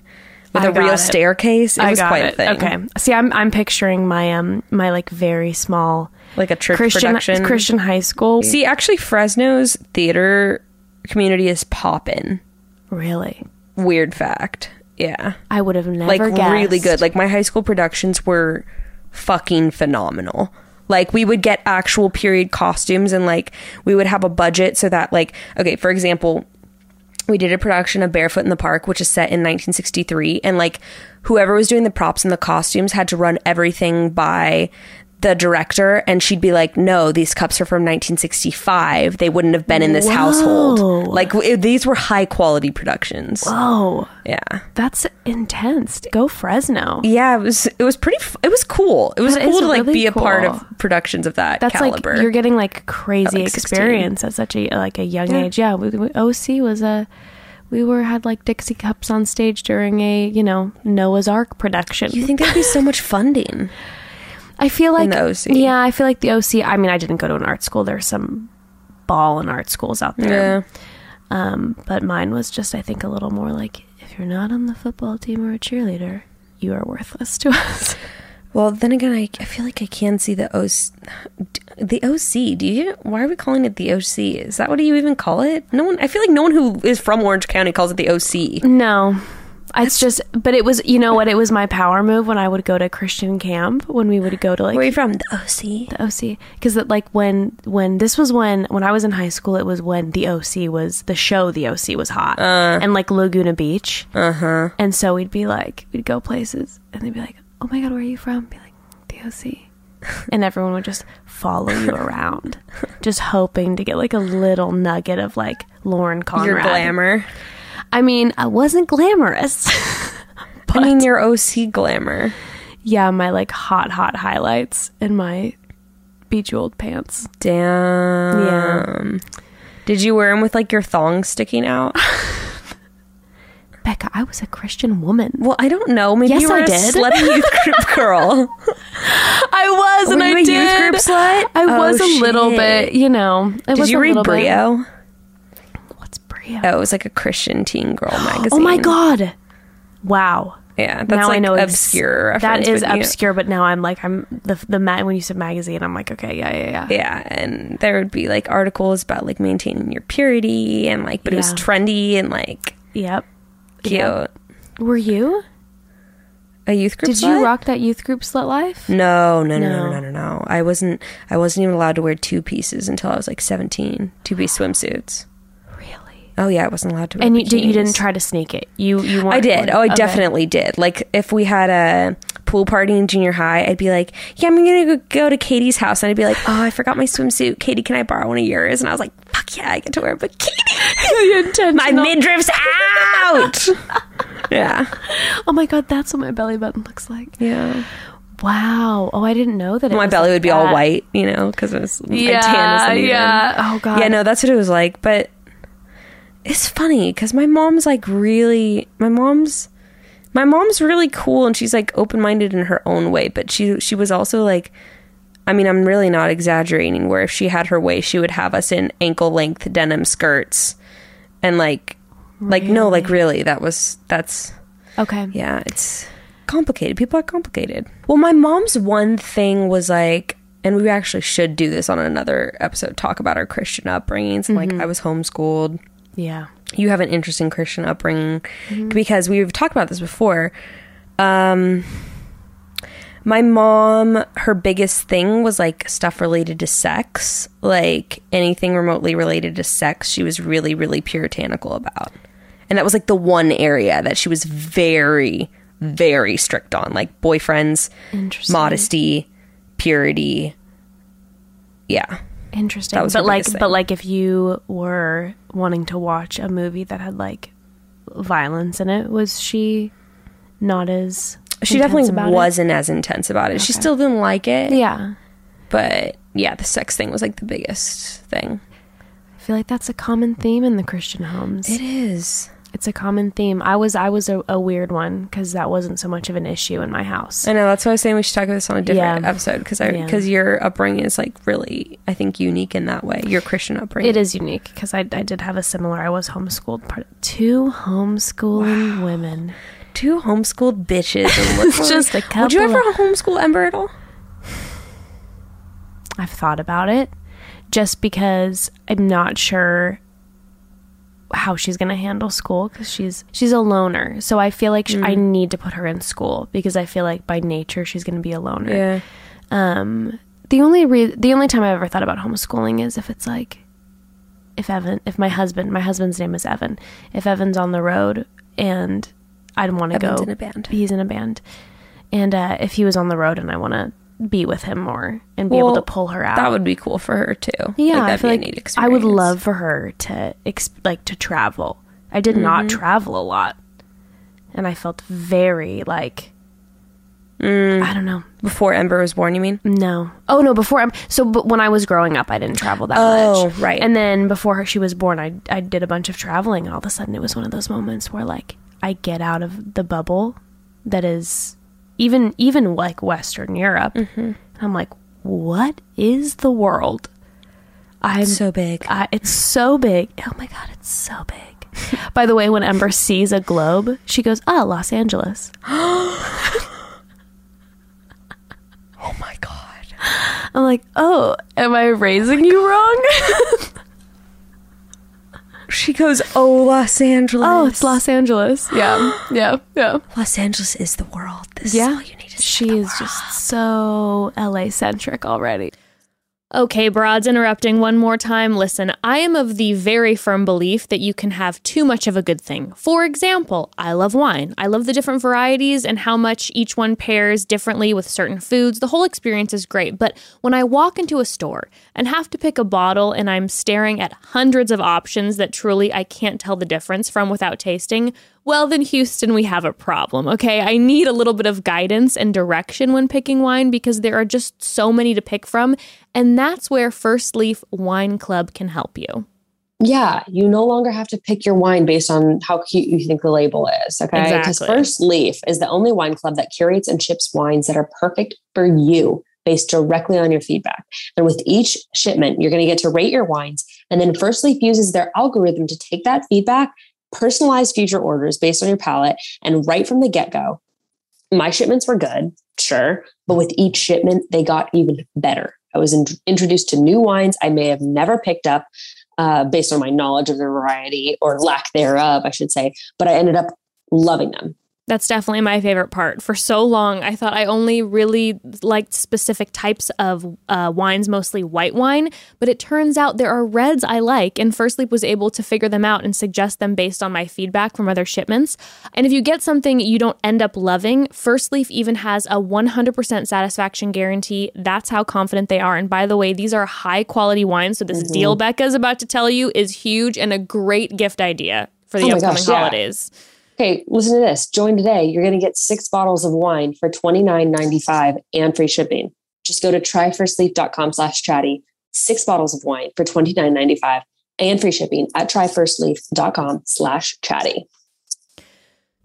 Speaker 4: with
Speaker 6: I
Speaker 4: a
Speaker 6: got
Speaker 4: real
Speaker 6: it.
Speaker 4: staircase. It
Speaker 6: I
Speaker 4: was
Speaker 6: got
Speaker 4: quite
Speaker 6: it.
Speaker 4: a thing.
Speaker 6: okay see i'm i'm picturing my um my like very small
Speaker 4: Like a church
Speaker 6: christian
Speaker 4: production.
Speaker 6: christian high school
Speaker 4: See, actually, Fresno's theater community is poppin'.
Speaker 6: really
Speaker 4: Weird fact. Yeah.
Speaker 6: i would have never
Speaker 4: like
Speaker 6: guessed.
Speaker 4: really good. Like my high school productions were fucking phenomenal. Like we would get actual period costumes and like we would have a budget so that like okay, for example, we did a production of Barefoot in the Park, which is set in 1963, and like whoever was doing the props and the costumes had to run everything by the director and she'd be like no these cups are from 1965 they wouldn't have been in this household like w- these were high quality productions
Speaker 6: oh
Speaker 4: yeah
Speaker 6: that's intense go fresno
Speaker 4: yeah, it was it was pretty. f- It was cool. It was
Speaker 6: That
Speaker 4: cool
Speaker 6: is
Speaker 4: to like
Speaker 6: really
Speaker 4: be a part
Speaker 6: cool.
Speaker 4: of productions of that
Speaker 6: that's
Speaker 4: caliber.
Speaker 6: like you're getting like crazy
Speaker 4: like, 16.
Speaker 6: experience at such a like a young age. Yeah, we, we, OC was a we were had like Dixie cups on stage during a you know Noah's Ark production.
Speaker 4: you think there'd be so much funding?
Speaker 6: I feel like
Speaker 4: the OC.
Speaker 6: Yeah, I feel like the OC. I mean, I didn't go to an art school. There's some ball in art schools out there. Um, but mine was just I think a little more like if you're not on the football team or a cheerleader, you are worthless to us.
Speaker 4: Well, then again, I, I feel like I can see the OC. The OC. Do you? Why are we calling it the OC? Is that what you even call it? No one. I feel like no one who is from Orange County calls it the OC.
Speaker 6: No. It's just, but it was, you know what? It was my power move when I would go to Christian camp, when we would go to like
Speaker 4: Where are you from? The OC.
Speaker 6: the OC. Because like when, when this was when, when I was in high school, it was when the OC was, the show the OC was hot.
Speaker 4: Uh.
Speaker 6: and like Laguna Beach. Uh
Speaker 4: Uh-huh.
Speaker 6: huh. And so we'd be like, we'd go places and they'd be like, oh my God, where are you from? Be like, the OC. and everyone would just follow you around, just hoping to get like a little nugget of like Lauren Conrad.
Speaker 4: Your glamour.
Speaker 6: I mean, I wasn't glamorous.
Speaker 4: I mean, your OC glamour.
Speaker 6: yeah, my like hot, hot highlights and my bejeweled pants.
Speaker 4: Damn. Did you wear them with like your thong sticking out?
Speaker 6: Becca, I was a Christian woman.
Speaker 4: Well, I don't know. Maybe
Speaker 6: Yes,
Speaker 4: you were
Speaker 6: I
Speaker 4: a
Speaker 6: did.
Speaker 4: slutty youth group girl.
Speaker 6: I was, and
Speaker 4: Were you a
Speaker 6: I
Speaker 4: youth
Speaker 6: did.
Speaker 4: group slut?
Speaker 6: I was
Speaker 4: Oh,
Speaker 6: a little
Speaker 4: shit.
Speaker 6: bit, you know. It
Speaker 4: Did
Speaker 6: was
Speaker 4: you
Speaker 6: a
Speaker 4: read
Speaker 6: little bit-
Speaker 4: Brio?
Speaker 6: What's Brio? you?
Speaker 4: Oh, it was like a Christian teen girl magazine.
Speaker 6: Oh my god! Wow.
Speaker 4: Yeah, that's
Speaker 6: now
Speaker 4: like
Speaker 6: I know ex-
Speaker 4: obscure.
Speaker 6: That
Speaker 4: reference,
Speaker 6: is
Speaker 4: but you-
Speaker 6: obscure, but now I'm like I'm the the ma- when you said magazine, I'm like okay, yeah, yeah, yeah.
Speaker 4: Yeah, and there would be like articles about like maintaining your purity and like, but it was
Speaker 6: Yeah.
Speaker 4: trendy and like
Speaker 6: Yep.
Speaker 4: cute.
Speaker 6: Were you?
Speaker 4: A youth group.
Speaker 6: Did
Speaker 4: slut?
Speaker 6: you rock that youth group slut life?
Speaker 4: No, no, no, no, no, no, no. I wasn't. I wasn't even allowed to wear two pieces until I was like seventeen. Two piece swimsuits. Really? Oh yeah, I wasn't allowed to. Wear
Speaker 6: And you, did, you
Speaker 4: bikinis.
Speaker 6: didn't try to sneak it. You you weren't.
Speaker 4: I did. Oh, I
Speaker 6: okay.
Speaker 4: definitely did. Like if we had a pool party in junior high, I'd be like, "Yeah, I'm gonna go, go to Katie's house," and I'd be like, "Oh, I forgot my swimsuit. Katie, can I borrow one of yours?" And I was like, "Fuck yeah, I get to wear a bikini. my midriff's out." yeah,
Speaker 6: Oh my god, that's what my belly button looks like.
Speaker 4: yeah.
Speaker 6: Wow. Oh, I didn't know that. It
Speaker 4: my
Speaker 6: was
Speaker 4: belly
Speaker 6: like
Speaker 4: would be all
Speaker 6: that.
Speaker 4: white, you know, because it was my
Speaker 6: Uh, Yeah,
Speaker 4: tan was uneven.
Speaker 6: yeah. Oh god.
Speaker 4: Yeah, no, that's what it was like. But it's funny because my mom's like really, my mom's, my mom's really cool, and she's like open minded in her own way. But she she was also like, I mean, I'm really not exaggerating. Where if she had her way, she would have us in ankle length denim skirts, and like, like no, like really, that was that's
Speaker 6: Okay.
Speaker 4: yeah, it's complicated. People are complicated. Well, my mom's one thing was like, and we actually should do this on another episode, talk about our Christian upbringings. Like, I was homeschooled.
Speaker 6: Yeah.
Speaker 4: You have an interesting Christian upbringing because we've talked about this before. Um, my mom, her biggest thing was like stuff related to sex, like anything remotely related to sex, she was really, really puritanical about. And that was like the one area that she was very, very strict on like boyfriends, modesty, purity. Yeah.
Speaker 6: Interesting.
Speaker 4: That was her
Speaker 6: but like
Speaker 4: biggest
Speaker 6: but
Speaker 4: thing.
Speaker 6: like if you were wanting to watch a movie that had like violence in it, was she not as
Speaker 4: She
Speaker 6: intense
Speaker 4: definitely
Speaker 6: about it?
Speaker 4: wasn't as intense about it. She still didn't like it.
Speaker 6: Yeah.
Speaker 4: but yeah, the sex thing was like the biggest thing.
Speaker 6: I feel like that's a common theme in the Christian homes.
Speaker 4: is.
Speaker 6: it's a common theme. I was I was a, a weird one cuz that wasn't so much of an issue in my house.
Speaker 4: I know that's why I was saying we should talk about this on a different
Speaker 6: Yeah.
Speaker 4: episode because I
Speaker 6: Yeah.
Speaker 4: because your upbringing is like really I think unique in that way. Your Christian upbringing.
Speaker 6: It is unique because I, I did have a similar. I was homeschooled part two homeschooling women.
Speaker 4: two homeschooled bitches. And look what-
Speaker 6: Just a
Speaker 4: Would you
Speaker 6: couple
Speaker 4: ever homeschool Ember at all?
Speaker 6: I've thought about it just because I'm not sure how she's going to handle school cuz she's she's a loner. So I feel like sh I
Speaker 4: Mm.
Speaker 6: need to put her in school because I feel like by nature she's going to be a loner. Um the only re- the only time I've ever thought about homeschooling is if it's like if Evan if my husband my husband's name is Evan if Evan's on the road and I'd want to go
Speaker 4: Evan's in a band.
Speaker 6: he's in a band and uh, if he was on the road and I want to be with him more and be able
Speaker 4: Well,
Speaker 6: to pull her out
Speaker 4: that would be cool for her too.
Speaker 6: yeah,
Speaker 4: that'd
Speaker 6: I feel
Speaker 4: be a
Speaker 6: like
Speaker 4: neat
Speaker 6: I would
Speaker 4: experience.
Speaker 6: love for her to ex- like to travel. I did not
Speaker 4: Mm-hmm.
Speaker 6: travel a lot, and I felt very like
Speaker 4: Mm.
Speaker 6: I don't know.
Speaker 4: before Ember was born. You mean?
Speaker 6: No, oh no. Before I'm so, but when I was growing up, I didn't travel that
Speaker 4: Oh,
Speaker 6: much.
Speaker 4: right.
Speaker 6: And then before her, she was born, I I did a bunch of traveling, and all of a sudden, it was one of those moments where like I get out of the bubble that is even even like Western Europe,
Speaker 4: Mm-hmm.
Speaker 6: and I'm like, what is the world? I'm
Speaker 4: So big.
Speaker 6: I, it's so big. Oh my god, it's so big. By the way, when Ember sees a globe, she goes, "Ah, Los Angeles."
Speaker 4: Oh my god.
Speaker 6: I'm like, "Oh, am I raising you wrong?"
Speaker 4: She goes, "Oh, Los Angeles.
Speaker 6: oh, it's Los Angeles. Yeah, yeah, yeah.
Speaker 4: Los Angeles is the world. This is
Speaker 6: Yeah.
Speaker 4: all you need to see.
Speaker 6: She is just so LA centric already.
Speaker 2: Okay, broads, interrupting one more time. Listen, I am of the very firm belief that you can have too much of a good thing. For example, I love wine. I love the different varieties and how much each one pairs differently with certain foods. The whole experience is great. But when I walk into a store and have to pick a bottle and I'm staring at hundreds of options that truly I can't tell the difference from without tasting, well, then, Houston, we have a problem, okay? I need a little bit of guidance and direction when picking wine because there are just so many to pick from. And that's where First Leaf Wine Club can help you.
Speaker 3: Yeah, you no longer have to pick your wine based on how cute you think the label is. Okay. Because
Speaker 2: Exactly.
Speaker 3: First Leaf is the only wine club that curates and ships wines that are perfect for you based directly on your feedback. And with each shipment, you're going to get to rate your wines And then First Leaf uses their algorithm to take that feedback, personalize future orders based on your palette, and right from the get go, my shipments were good, sure, but with each shipment, they got even better. I was in- introduced to new wines I may have never picked up uh, based on my knowledge of their variety or lack thereof, I should say, but I ended up loving them.
Speaker 2: That's definitely my favorite part. For so long, I thought I only really liked specific types of uh, wines, mostly white wine, but it turns out there are reds I like, and First Leap was able to figure them out and suggest them based on my feedback from other shipments. And if you get something you don't end up loving, First Leaf even has a 100% satisfaction guarantee. That's how confident they are. And by the way, these are high quality wines, so this
Speaker 3: Mm-hmm.
Speaker 2: deal Becca's about to tell you is huge and a great gift idea for the
Speaker 3: Oh my
Speaker 2: upcoming
Speaker 3: gosh, yeah.
Speaker 2: holidays.
Speaker 3: Okay, listen to this. Join today. You're going to get six bottles of wine for $29.95 and free shipping. Just go to tryfirstleaf.com slash chatty. Six bottles of wine for $29.95 and free shipping at tryfirstleaf.com slash chatty.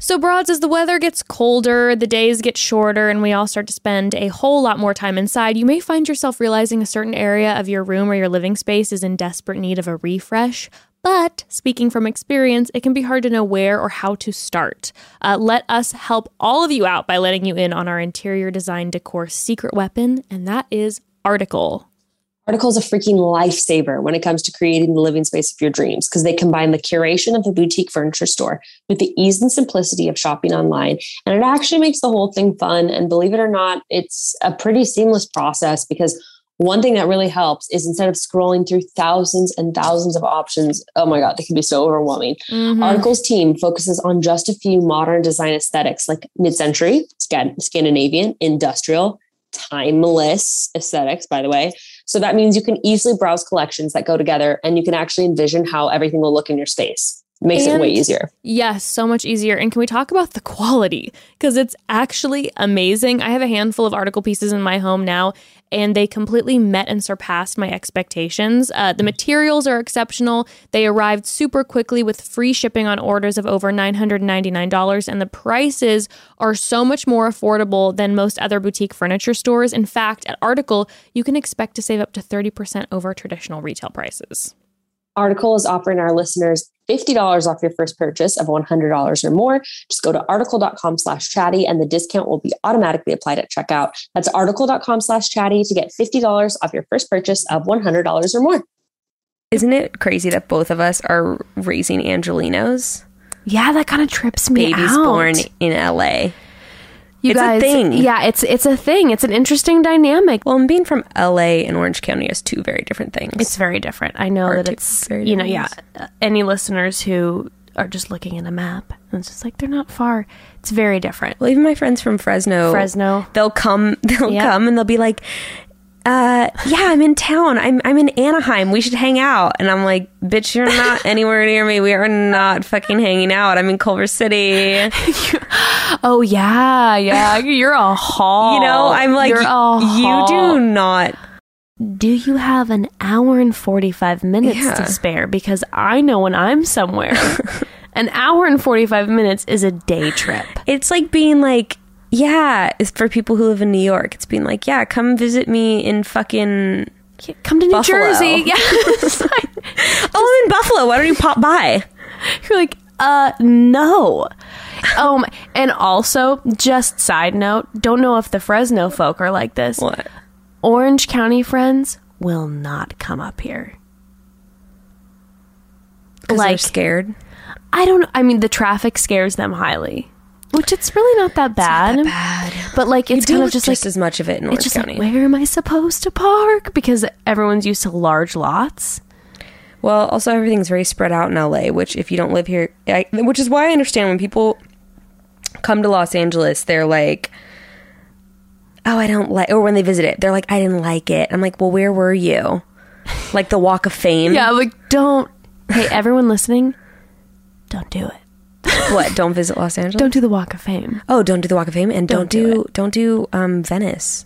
Speaker 2: So, broads, as the weather gets colder, the days get shorter, and we all start to spend a whole lot more time inside, you may find yourself realizing a certain area of your room or your living space is in desperate need of a refresh. But speaking from experience, it can be hard to know where or how to start. Uh, let us help all of you out by letting you in on our interior design decor secret weapon, and that is Article.
Speaker 3: Article is a freaking lifesaver when it comes to creating the living space of your dreams because they combine the curation of a boutique furniture store with the ease and simplicity of shopping online. And it actually makes the whole thing fun. And believe it or not, it's a pretty seamless process because one thing that really helps is instead of scrolling through thousands and thousands of options, oh my God, they can be so overwhelming.
Speaker 2: Mm-hmm.
Speaker 3: Article's team focuses on just a few modern design aesthetics like mid century, Scandinavian, industrial, timeless aesthetics, by the way. So that means you can easily browse collections that go together and you can actually envision how everything will look in your space. Makes it way
Speaker 2: And-
Speaker 3: easier.
Speaker 2: Yes, so much easier. And can we talk about the quality? Because it's actually amazing. I have a handful of article pieces in my home now, and they completely met and surpassed my expectations. Uh, the materials are exceptional. They arrived super quickly with free shipping on orders of over $999, and the prices are so much more affordable than most other boutique furniture stores. In fact, at Article, you can expect to save up to 30% over traditional retail prices.
Speaker 3: Article is offering our listeners $50 off your first purchase of $100 or more. Just go to article.com slash chatty and the discount will be automatically applied at checkout. That's article.com slash chatty to get $50 off your first purchase of $100 or more.
Speaker 4: Isn't it crazy that both of us are raising Angelinos?
Speaker 6: Yeah, that kind of trips me
Speaker 4: Babies
Speaker 6: out.
Speaker 4: born in LA.
Speaker 6: You
Speaker 4: It's a
Speaker 6: guys,
Speaker 4: thing.
Speaker 6: Yeah, it's it's a thing. It's an interesting dynamic.
Speaker 4: Well, and being from LA and Orange County is two very different things.
Speaker 6: It's very different. I know that
Speaker 4: two
Speaker 6: it's
Speaker 4: very
Speaker 6: you know yeah.
Speaker 4: different
Speaker 6: uh, Any listeners who are just looking at a map and it's just like they're not far. It's very different.
Speaker 4: well, even my friends from Fresno,
Speaker 6: Fresno.
Speaker 4: they'll come, they'll
Speaker 6: Yeah.
Speaker 4: come, and they'll be like, uh, "Yeah, I'm in town. I'm I'm in Anaheim. We should hang out." And I'm like, "Bitch, you're not anywhere near me. We are not fucking hanging out. I'm in Culver City.
Speaker 6: Oh yeah, yeah. You're a haul.
Speaker 4: You know, I'm like,
Speaker 6: You're a
Speaker 4: you
Speaker 6: haul.
Speaker 4: do not
Speaker 6: Do you have an hour and 45 minutes
Speaker 4: Yeah.
Speaker 6: to spare? Because I know when I'm somewhere, an hour and 45 minutes is a day trip.
Speaker 4: It's like being like, yeah, it's for people who live in New York. It's being like, yeah, come visit me in fucking.
Speaker 6: Yeah, Come to New
Speaker 4: Buffalo.
Speaker 6: Jersey. Yeah. It's like-
Speaker 4: Oh, I'm in Buffalo. Why don't you pop by?
Speaker 6: you're like, uh, no. Um, and also, just side note, don't know if the Fresno folk are like this.
Speaker 4: What?
Speaker 6: Orange County friends will not come up here.
Speaker 4: Because they're
Speaker 6: Like-
Speaker 4: scared.
Speaker 6: I don't. I mean, the traffic scares them highly, which it's really not that bad. But like, it's kind of just,
Speaker 4: just
Speaker 6: like
Speaker 4: as much of it in Orange
Speaker 6: it's just
Speaker 4: County.
Speaker 6: like, where am I supposed to park? Because everyone's used to large lots.
Speaker 4: well, also everything's very spread out in LA, which if you don't live here, I, which is why I understand when people come to Los Angeles, they're like, oh, I don't like, or when they visit it, they're like, I didn't like it. I'm like, well, where were you? Like the Walk of Fame?
Speaker 6: Yeah, like don't. Hey, everyone listening, don't do it.
Speaker 4: What? Don't visit Los Angeles.
Speaker 6: Don't do the Walk of Fame.
Speaker 4: Oh, don't do the Walk of Fame and don't,
Speaker 6: do
Speaker 4: do, do not do um Venice.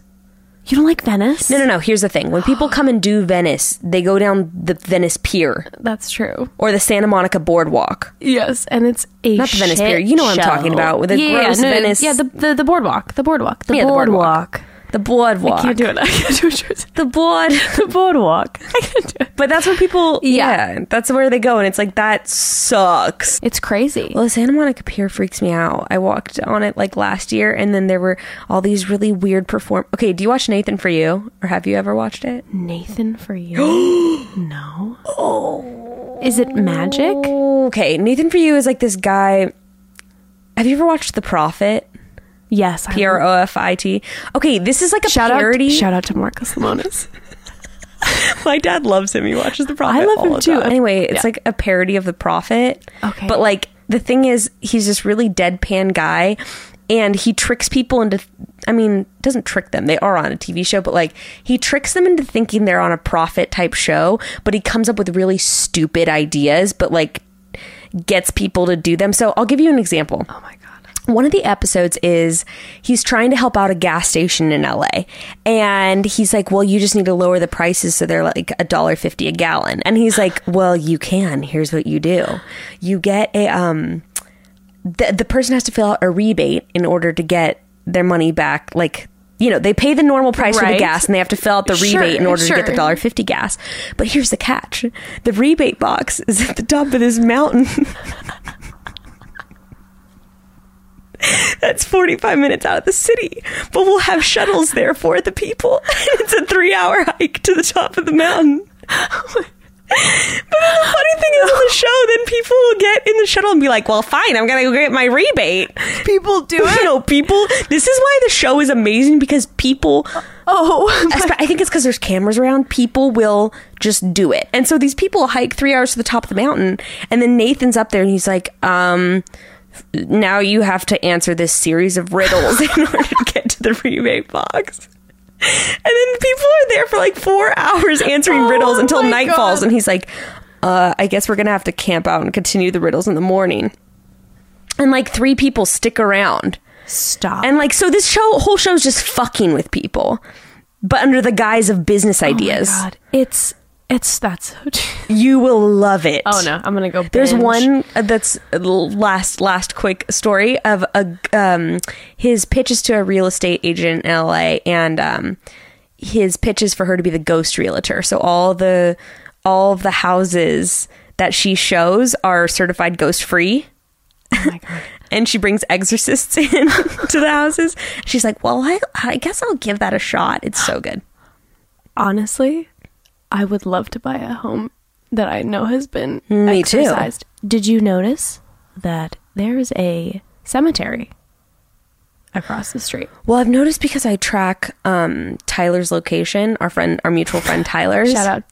Speaker 6: You don't like Venice?
Speaker 4: No, no, no. Here's the thing: when people come and do Venice, they go down the Venice Pier
Speaker 6: That's true.
Speaker 4: or the Santa Monica Boardwalk.
Speaker 6: Yes, and it's a
Speaker 4: Not the Venice
Speaker 6: shit
Speaker 4: Pier. You know what I'm
Speaker 6: show.
Speaker 4: talking about, with the gross Venice-
Speaker 6: Yeah, the, the the boardwalk, the boardwalk, the
Speaker 4: Yeah, the boardwalk.
Speaker 6: boardwalk.
Speaker 4: The boardwalk.
Speaker 6: I can't do it. I can't do it.
Speaker 4: The board.
Speaker 6: The boardwalk. I can't do it.
Speaker 4: But that's where people.
Speaker 6: Yeah.
Speaker 4: yeah. That's where they go, and it's like that sucks.
Speaker 6: It's crazy.
Speaker 4: Well, the Santa Monica Pier freaks me out. I walked on it like last year, and then there were all these really weird perform. Okay, do you watch Nathan for You, or have you ever watched it?
Speaker 6: Nathan for you? no. Oh. Is it magic?
Speaker 4: Okay, Nathan for You is like this guy. Have you ever watched The Prophet?
Speaker 6: Yes. I
Speaker 4: P R O F I T. Okay, this is like a
Speaker 6: shout
Speaker 4: parody.
Speaker 6: out. Shout out to Marcos Lemonis.
Speaker 4: My dad loves him. He watches The Prophet.
Speaker 6: I love
Speaker 4: all
Speaker 6: him
Speaker 4: the
Speaker 6: too.
Speaker 4: time. Anyway, it's like a parody of The Prophet.
Speaker 6: Okay.
Speaker 4: But like the thing is, he's this really deadpan guy, and he tricks people into. I mean, doesn't trick them. They are on a TV show, but like he tricks them into thinking they're on a prophet type show. But he comes up with really stupid ideas, but like gets people to do them. So I'll give you an example one of the episodes is he's trying to help out a gas station in LA and he's like, "Well, you just need to lower the prices so they're like a dollar 50 a gallon." And he's like, "Well, you can. Here's what you do. You get a um the, the person has to fill out a rebate in order to get their money back like you know, they pay the normal price for the
Speaker 6: Right.
Speaker 4: gas and they have to fill out the
Speaker 6: Sure,
Speaker 4: rebate in order to get the
Speaker 6: sure.
Speaker 4: dollar fifty gas. But here's the catch. The rebate box is at the top of this mountain. That's 45 minutes out of the city, but we'll have shuttles there for the people. it's a three hour hike to the top of the mountain. But then the funny thing is, on the show, then people will get in the shuttle and be like, "Well, fine, I'm gonna go get my rebate." People do it. You know, people. This is why the show is amazing because people. Oh, I think it's because there's cameras around. People will just do it, and so these people hike three hours to the top of the mountain, and then Nathan's up there and he's like, um. Now you have to answer this series of riddles in order to get to the rebate box. And then people are there for like four hours answering riddles until night falls, and he's like, uh, "I guess we're gonna have to camp out and continue the riddles in the morning." And like three people stick around,
Speaker 6: Stop.
Speaker 4: and like so this show whole show's just fucking with people, but under the guise of business ideas.
Speaker 6: Oh God, it's it's that's so.
Speaker 4: you will love it.
Speaker 6: Oh no, I'm gonna go.
Speaker 4: There's
Speaker 6: binge.
Speaker 4: one uh, that's uh, l- last last quick story of a um his pitches to a real estate agent in LA and um his pitches for her to be the ghost realtor. So all the all the houses that she shows are certified ghost free. Oh and she brings exorcists in to the houses. She's like, "Well, I, I guess I'll give that a shot. It's so good."
Speaker 6: Honestly, I would love to buy a home that I know has been
Speaker 4: Me too.
Speaker 6: exercised. Did you notice that there's a cemetery across the street?
Speaker 4: Well, I've noticed because I track um, Tyler's location, our friend, our mutual friend Tyler's.
Speaker 6: Shout out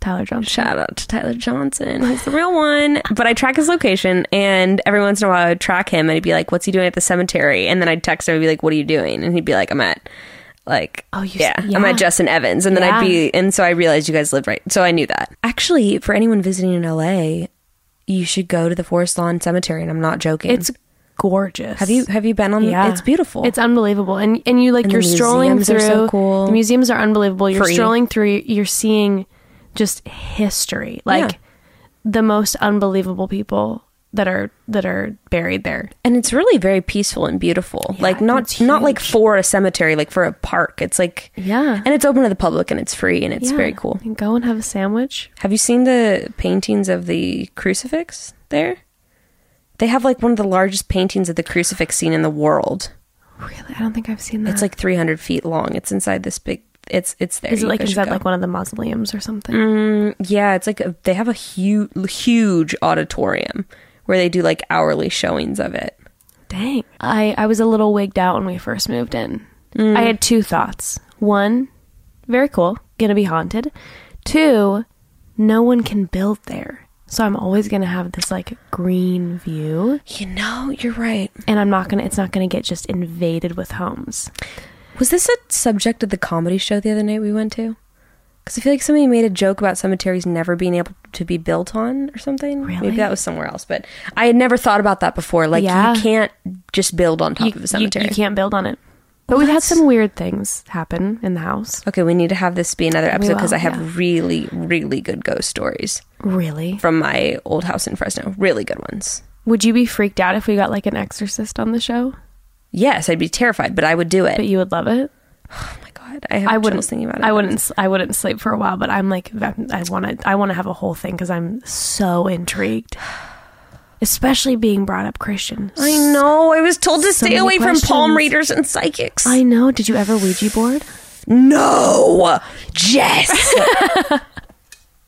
Speaker 6: Tyler Johnson.
Speaker 4: Shout out to Tyler Johnson. He's the real one. But I track his location, and every once in a while I would track him, and he'd be like, "What's he doing at the cemetery?" And then I'd text him and be like, "What are you doing?" And he'd be like, "I'm at." Like, oh,
Speaker 6: you-
Speaker 4: yeah, I'm
Speaker 6: yeah.
Speaker 4: at Justin Evans, and then I'd
Speaker 6: Yeah.
Speaker 4: be, and so I realized you guys live right, so I knew that. Actually, for anyone visiting in LA, you should go to the Forest Lawn Cemetery, and I'm not joking.
Speaker 6: It's gorgeous.
Speaker 4: have you have you been on?
Speaker 6: Yeah.
Speaker 4: it's beautiful.
Speaker 6: It's unbelievable. And and you like
Speaker 4: And the
Speaker 6: you're strolling
Speaker 4: museums
Speaker 6: through
Speaker 4: are so cool.
Speaker 6: the museums are unbelievable. You're
Speaker 4: Free.
Speaker 6: strolling through you're seeing just history. Like
Speaker 4: Yeah.
Speaker 6: the most unbelievable people that are that are buried there.
Speaker 4: and it's really very peaceful and beautiful like not not like for a cemetery like for a park it's like
Speaker 6: Yeah.
Speaker 4: and it's open to the public and it's free and it's very cool
Speaker 6: And go and have a sandwich.
Speaker 4: have you seen the paintings of the crucifix there they have like one of the largest paintings of the crucifix seen in the world
Speaker 6: Really? I don't think I've seen that.
Speaker 4: it's like 300 feet long it's inside this big it's it's there
Speaker 6: Is it
Speaker 4: You
Speaker 6: like
Speaker 4: guys
Speaker 6: is
Speaker 4: should
Speaker 6: that
Speaker 4: go. Mm,
Speaker 6: like one of the mausoleums or something?
Speaker 4: yeah it's like a, they have a huge huge auditorium where they do like hourly showings of it
Speaker 6: Dang. I, I was a little wigged out when we first moved in. I had two thoughts. One, very cool, gonna be haunted. Two, no one can build there. So I'm always gonna have this like green view
Speaker 4: you know you're right
Speaker 6: and I'm not gonna it's not gonna get just invaded with homes.
Speaker 4: Was this a subject of the comedy show the other night we went to? Because I feel like somebody made a joke about cemeteries never being able to be built on or something. Maybe that was somewhere else, but I had never thought about that before. Like
Speaker 6: Yeah.
Speaker 4: you can't just build on top of a
Speaker 6: You,
Speaker 4: cemetery.
Speaker 6: you can't build on it. But we've had some weird things happen in the house.
Speaker 4: Okay, we need to have this be another episode because
Speaker 6: will,
Speaker 4: I have
Speaker 6: yeah.
Speaker 4: really, really good ghost stories
Speaker 6: Really?
Speaker 4: from my old house in Fresno. Really good ones.
Speaker 6: Would you be freaked out if we got like an exorcist on the show?
Speaker 4: Yes, I'd be terrified, but I would do it.
Speaker 6: But you would love it?
Speaker 4: Oh my god, I have
Speaker 6: I
Speaker 4: wouldn't
Speaker 6: wouldn't
Speaker 4: thinking about it.
Speaker 6: I wouldn't. s- I wouldn't sleep for a while, but I'm like, I want to. I want to have a whole thing because I'm so intrigued, especially being brought up Christian.
Speaker 4: I know. I was told to
Speaker 6: So
Speaker 4: stay
Speaker 6: many
Speaker 4: away from palm
Speaker 6: questions.
Speaker 4: readers and psychics.
Speaker 6: I know. Did you ever Ouija board?
Speaker 4: no, Jess.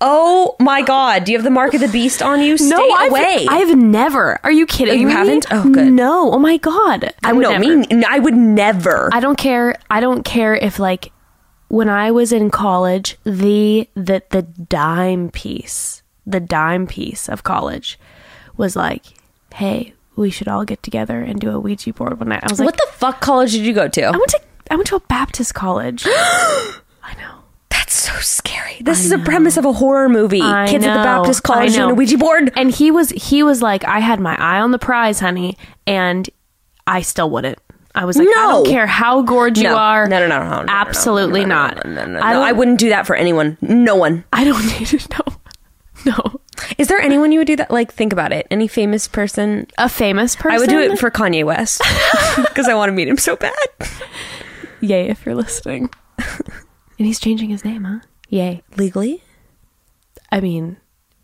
Speaker 4: oh my god, do you have the mark of the beast on you? Stay
Speaker 6: I've,
Speaker 4: away.
Speaker 6: I've never. Are you kidding?
Speaker 4: you
Speaker 6: me?
Speaker 4: haven't? Oh, good.
Speaker 6: No. Oh my god. I would
Speaker 4: no,
Speaker 6: never.
Speaker 4: me. n- I would never.
Speaker 6: I don't care. I don't care if like when I was in college, the the the dime piece, the dime piece of college was like, hey, we should all get together and do a Ouija board one night. I was like,
Speaker 4: what the fuck college did you go to?
Speaker 6: I went to I went to a Baptist college. I know.
Speaker 4: That's so scary. This is a premise of a horror movie.
Speaker 6: I
Speaker 4: Kids at the
Speaker 6: know.
Speaker 4: Baptist College
Speaker 6: I
Speaker 4: doing
Speaker 6: know.
Speaker 4: a Ouija board.
Speaker 6: And he was he was like, I had my eye on the prize, honey, and I still wouldn't. I was like, I don't
Speaker 4: No.
Speaker 6: care how gorgeous you
Speaker 4: no.
Speaker 6: are.
Speaker 4: No, no, no, no, no, no, no,
Speaker 6: Absolutely
Speaker 4: no, no,
Speaker 6: not.
Speaker 4: No, no, no, no,
Speaker 6: I
Speaker 4: no.
Speaker 6: don't-
Speaker 4: I wouldn't do that for anyone. No one.
Speaker 6: I don't need to know. No.
Speaker 4: Is there anyone you would do that? Like, think about it. Any famous person?
Speaker 6: A famous person.
Speaker 4: I would do it for Kanye West because I want to meet him so bad.
Speaker 6: Yay, if you're listening. and he's changing his name, huh? Yay.
Speaker 4: Legally?
Speaker 6: I mean,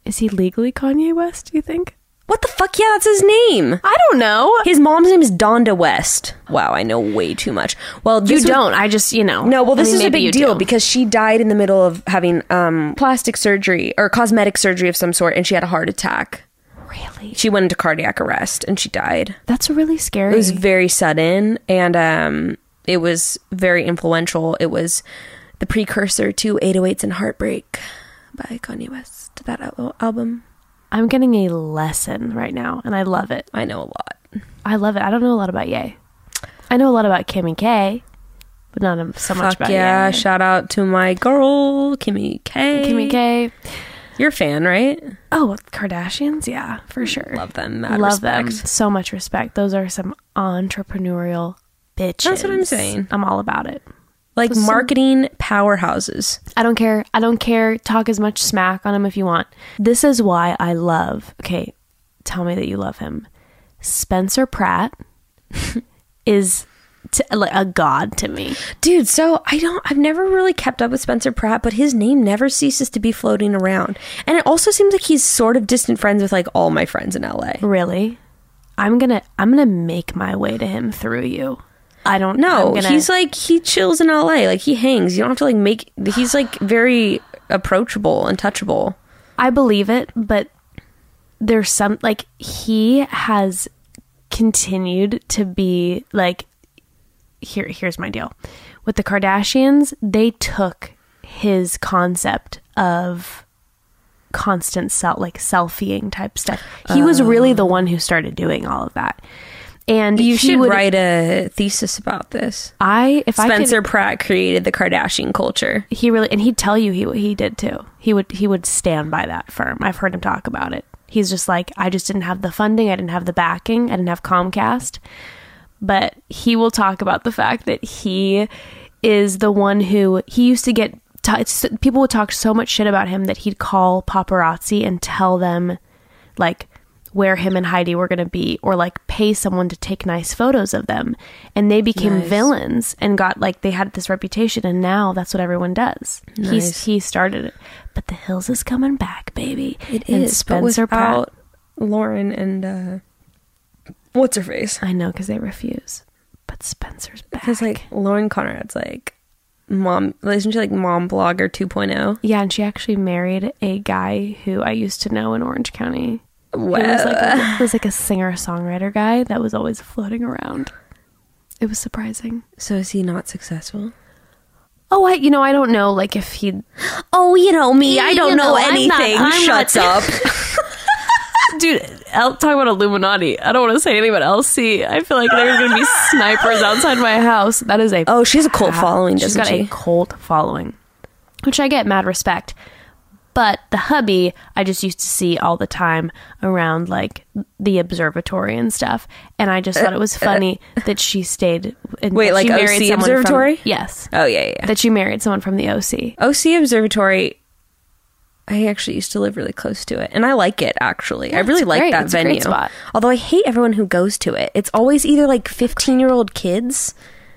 Speaker 6: is he legally Kanye West, do you think?
Speaker 4: What the fuck? Yeah, that's his name.
Speaker 6: I don't know.
Speaker 4: His mom's name is Donda West. Wow, I know way too much. Well,
Speaker 6: You
Speaker 4: this was-
Speaker 6: don't. I just, you know.
Speaker 4: No, well,
Speaker 6: I
Speaker 4: this
Speaker 6: mean,
Speaker 4: is a
Speaker 6: maybe you
Speaker 4: big deal
Speaker 6: do.
Speaker 4: because she died in the middle of having um, plastic surgery or cosmetic surgery of some sort, and she had a heart attack.
Speaker 6: Really?
Speaker 4: She went into cardiac arrest and she died.
Speaker 6: That's really scary.
Speaker 4: It was very sudden, and um, it was very influential. It was the precursor to 808s and Heartbreak by Kanye West. That al- album,
Speaker 6: I'm getting a lesson right now, and I love it.
Speaker 4: I know a lot.
Speaker 6: I love it. I don't know a lot about Yay. I know a lot about Kim and Kay, but not um, so much
Speaker 4: Fuck
Speaker 6: about
Speaker 4: yeah!
Speaker 6: Ye.
Speaker 4: Shout out to my girl Kimmy K.
Speaker 6: Kim and Kay.
Speaker 4: you're a fan, right?
Speaker 6: Oh, Kardashians? Yeah, for sure.
Speaker 4: Love them. Mad
Speaker 6: love them
Speaker 4: respect.
Speaker 6: so much respect those are some entrepreneurial bitches
Speaker 4: That's what I'm saying.
Speaker 6: i'm all about it
Speaker 4: Like marketing powerhouses.
Speaker 6: i don't care i don't care talk as much smack on him if you want this is why i love okay tell me that you love him spencer pratt is t- like a god to me
Speaker 4: Dude, so I don't I've never really kept up with Spencer Pratt, but his name never ceases to be floating around. And it also seems like he's sort of distant friends with like all my friends in LA.
Speaker 6: really i'm gonna i'm gonna make my way to him through you i don't
Speaker 4: No,
Speaker 6: I'm gonna-
Speaker 4: he's like he chills in LA, like he hangs. You don't have to like make he's like very approachable and touchable.
Speaker 6: I believe it, but there's some like he has continued to be like here here's my deal. With the Kardashians, they took his concept of constant self like selfieing type stuff. He was really the one who started doing all of that. And
Speaker 4: Oh. You
Speaker 6: he
Speaker 4: should
Speaker 6: would,
Speaker 4: write a thesis about this.
Speaker 6: I if I could
Speaker 4: Spencer Pratt created the Kardashian culture.
Speaker 6: he really and he'd tell you he he did too. He would he would stand by that firm. I've heard him talk about it. He's just like I just didn't have the funding, I didn't have the backing, I didn't have Comcast. But he will talk about the fact that he is the one who he used to get t- it's- people would talk so much shit about him that he'd call paparazzi and tell them like where him and Heidi were going to be or like pay someone to take nice photos of them and they became villains and got like they had this reputation and now that's what everyone does. He's he started it. But The Hills is coming back, baby. It
Speaker 4: It is, but without Lauren and uh what's her face?
Speaker 6: I know cuz they refuse. But Spencer's back.
Speaker 4: Because like Lauren Conrad's like mom, isn't she like mom blogger oh? 2.0?
Speaker 6: yeah, and she actually married a guy who I used to know in Orange County. It was like a, it was like a singer-songwriter guy that was always floating around. It was surprising.
Speaker 4: So is he not successful?
Speaker 6: Oh, I you know I don't know like if he
Speaker 4: Oh, you know me. I
Speaker 6: You
Speaker 4: don't know,
Speaker 6: know, I'm
Speaker 4: anything.
Speaker 6: not- I'm
Speaker 4: Shuts up.
Speaker 6: dude I'll talk about illuminati i don't want to say anything about lc i feel like there's gonna be snipers outside my house that is a
Speaker 4: Oh, she has a cult
Speaker 6: crap.
Speaker 4: following,
Speaker 6: she's
Speaker 4: doesn't
Speaker 6: got
Speaker 4: she?
Speaker 6: a cult following which i get mad respect but the hubby i just used to see all the time around like the observatory and stuff and i just thought it was funny that she stayed and
Speaker 4: Wait,
Speaker 6: that
Speaker 4: like
Speaker 6: she married
Speaker 4: OC
Speaker 6: someone from-
Speaker 4: Observatory?
Speaker 6: yes
Speaker 4: Oh yeah, yeah.
Speaker 6: that she married someone from the oc
Speaker 4: yeah. OC Observatory. I actually used to live really close to it, and I like it actually. I really like
Speaker 6: great.
Speaker 4: that
Speaker 6: It's a great
Speaker 4: venue.
Speaker 6: spot.
Speaker 4: Although I hate everyone who goes to it. It's always either like fifteen-year-old kids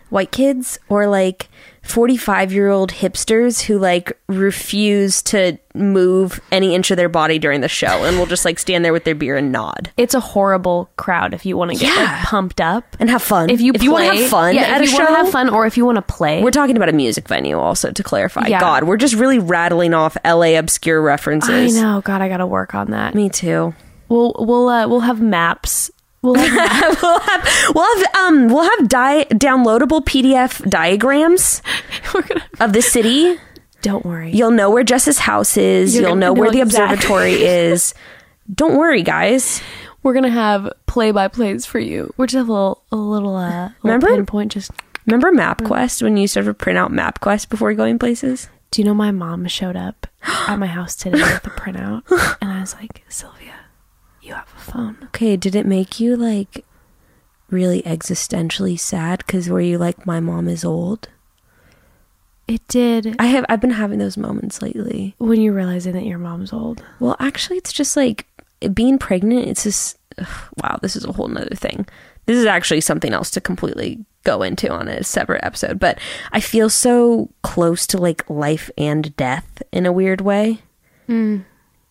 Speaker 4: white kids or like 45 year old hipsters who like refuse to move any inch of their body during the show and will just like stand there with their beer and nod
Speaker 6: It's a horrible crowd if you want to get
Speaker 4: Yeah.
Speaker 6: like, pumped up.
Speaker 4: and have fun.
Speaker 6: If you
Speaker 4: if you want to
Speaker 6: play-
Speaker 4: have fun
Speaker 6: yeah,
Speaker 4: at
Speaker 6: if
Speaker 4: a
Speaker 6: you
Speaker 4: show,
Speaker 6: want to have fun or if you want to play.
Speaker 4: We're talking about a music venue also to clarify.
Speaker 6: Yeah.
Speaker 4: God, we're just really rattling off LA obscure
Speaker 6: I
Speaker 4: references.
Speaker 6: know. God, I gotta work on that.
Speaker 4: Me too.
Speaker 6: We'll we'll uh, we'll have maps. We'll have,
Speaker 4: we'll have we'll have um we'll have di- downloadable PDF diagrams
Speaker 6: we're gonna,
Speaker 4: of the city.
Speaker 6: don't worry.
Speaker 4: You'll know where Jess's house is.
Speaker 6: You're
Speaker 4: You'll
Speaker 6: gonna
Speaker 4: know where
Speaker 6: know
Speaker 4: the
Speaker 6: exact-
Speaker 4: observatory is. Don't worry, guys.
Speaker 6: We're gonna have play by plays for you. We're just have a little a little uh little
Speaker 4: Remember?
Speaker 6: pinpoint. Just
Speaker 4: Remember MapQuest when you used to have to print out MapQuest before going places?
Speaker 6: do you know my mom showed up at my house today with the printout, and I was like, Sylvia, you have a phone.
Speaker 4: Okay, did it make you like really existentially sad? Because were you like, my mom is old?
Speaker 6: It did
Speaker 4: I have I've been having those moments lately.
Speaker 6: when you're realizing that your mom's old.
Speaker 4: Well, actually, it's just like being pregnant. It's just ugh, wow. This is a whole nother thing. This is actually something else to completely go into on a separate episode. But I feel so close to like life and death in a weird way.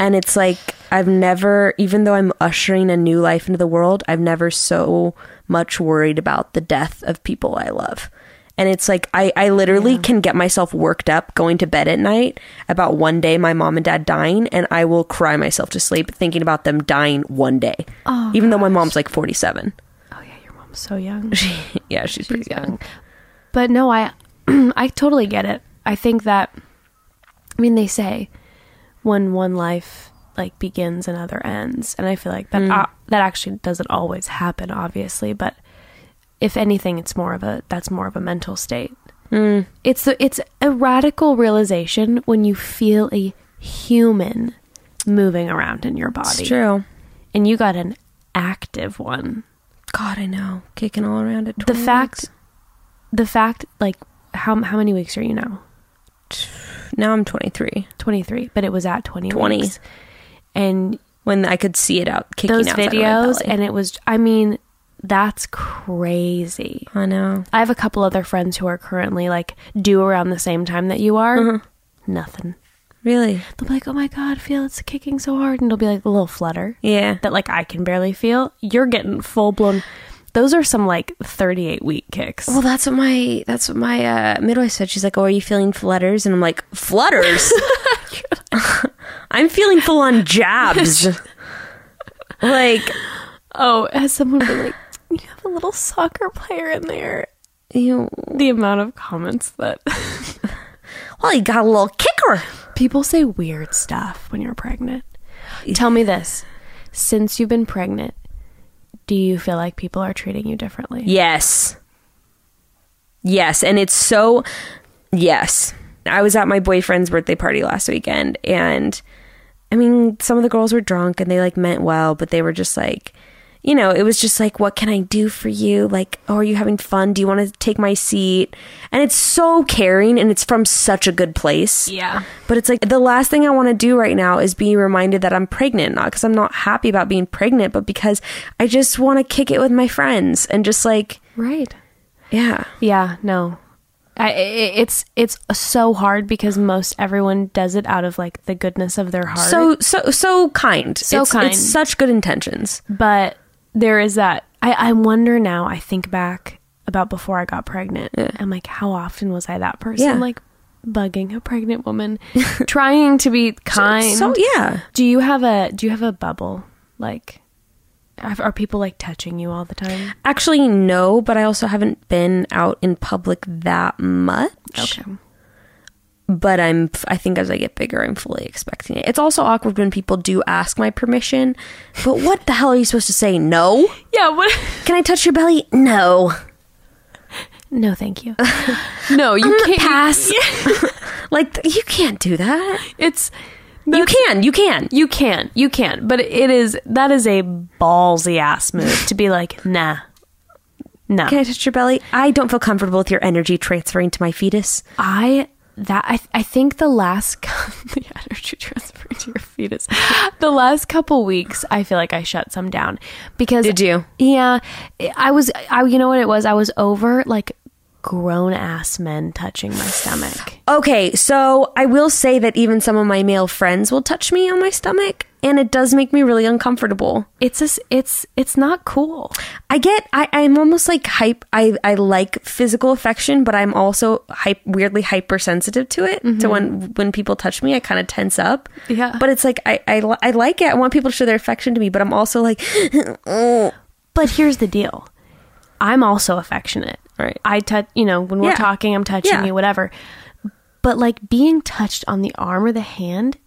Speaker 4: And it's like I've never, even though I'm ushering a new life into the world, I've never so much worried about the death of people I love. And it's like I, I literally can get myself worked up going to bed at night about one day my mom and dad dying, and I will cry myself to sleep thinking about them dying one day.
Speaker 6: Oh,
Speaker 4: even though my mom's like 47.
Speaker 6: I'm so young.
Speaker 4: yeah, she's, pretty young.
Speaker 6: But no, I I totally get it. I think that I mean they say when one life like begins another ends, and I feel like
Speaker 4: Mm.
Speaker 6: that uh, that actually doesn't always happen obviously, but if anything it's more of a that's more of a mental state.
Speaker 4: Mm.
Speaker 6: It's a, it's a radical realization when you feel a human moving around in your body.
Speaker 4: It's true.
Speaker 6: And you got an active one
Speaker 4: God, I know. Kicking all around at
Speaker 6: the
Speaker 4: 20
Speaker 6: fact the fact like how how many weeks are you now
Speaker 4: weeks. Now I'm 23.
Speaker 6: 23 but it was at 20
Speaker 4: 20.
Speaker 6: weeks. and
Speaker 4: When I could see it out kicking
Speaker 6: those
Speaker 4: outside of my
Speaker 6: videos
Speaker 4: belly.
Speaker 6: and it was i mean that's crazy
Speaker 4: I know.
Speaker 6: i have a couple other friends who are currently like due around the same time that you are
Speaker 4: Uh-huh.
Speaker 6: nothing
Speaker 4: Really?
Speaker 6: they'll be like oh my god feel it's kicking so hard and it'll be like a little flutter
Speaker 4: Yeah.
Speaker 6: that like i can barely feel you're getting full blown those are some like 38 week kicks
Speaker 4: Well, that's what my that's what my uh, midwife said. She's like, "Oh, are you feeling flutters?" And I'm like, "Flutters? I'm feeling full on jabs." like,
Speaker 6: oh has someone been like you have a little soccer player in there
Speaker 4: you
Speaker 6: the amount of comments that
Speaker 4: well, you got a little kicker.
Speaker 6: people say weird stuff when you're pregnant. Tell me this. Since you've been pregnant, do you feel like people are treating you differently?
Speaker 4: Yes. Yes. And it's so, yes. I was at my boyfriend's birthday party last weekend, and I mean, some of the girls were drunk and they like meant well, but they were just like, you know, it was just like, what can I do for you? Like, oh, are you having fun? Do you want to take my seat? And it's so caring and it's from such a good place.
Speaker 6: Yeah.
Speaker 4: But it's like the last thing I want to do right now is be reminded that I'm pregnant, not because I'm not happy about being pregnant, but because I just want to kick it with my friends and just like,
Speaker 6: Right.
Speaker 4: yeah.
Speaker 6: Yeah, no. I, i it's it's so hard because most everyone does it out of like the goodness of their heart.
Speaker 4: So so so kind. So it's,
Speaker 6: kind.
Speaker 4: It's such good intentions.
Speaker 6: but there is that I, I wonder now i think back about before i got pregnant i'm like how often was i that person
Speaker 4: Yeah.
Speaker 6: like bugging a pregnant woman trying to be kind
Speaker 4: So yeah.
Speaker 6: do you have a do you have a bubble like are are people like touching you all the time
Speaker 4: Actually, no, but I also haven't been out in public that much. But I'm. I think as I get bigger, I'm fully expecting it. It's also awkward when people do ask my permission. But what the hell are you supposed to say? No.
Speaker 6: yeah what
Speaker 4: Can I touch your belly? No.
Speaker 6: no thank you no you can't
Speaker 4: pass. like th- you can't do that.
Speaker 6: it's
Speaker 4: you can. You can.
Speaker 6: you can you can but it is that is a ballsy ass move to be like nah no
Speaker 4: Can I touch your belly? I don't feel comfortable with your energy transferring to my fetus.
Speaker 6: I that I, I think the last cou- the energy transfer to your fetus the last couple weeks I feel like I shut some down because
Speaker 4: Did you?
Speaker 6: yeah I was I you know what it was I was over like grown ass men touching my stomach.
Speaker 4: Okay, so I will say that even some of my male friends will touch me on my stomach, and it does make me really uncomfortable.
Speaker 6: It's just, it's it's not cool.
Speaker 4: I get, I, I'm almost like hype. I, I like physical affection, but I'm also hype, weirdly hypersensitive to it. To when when people touch me, I kind of tense up.
Speaker 6: Mm-hmm. Yeah.
Speaker 4: but it's like I, I, li- I like it. I want people to show their affection to me, but I'm also like, oh.
Speaker 6: But here's the deal. I'm also affectionate.
Speaker 4: Right.
Speaker 6: I touch, you know, when we're
Speaker 4: Yeah.
Speaker 6: talking, I'm touching
Speaker 4: Yeah.
Speaker 6: you, whatever. But like being touched on the arm or the hand,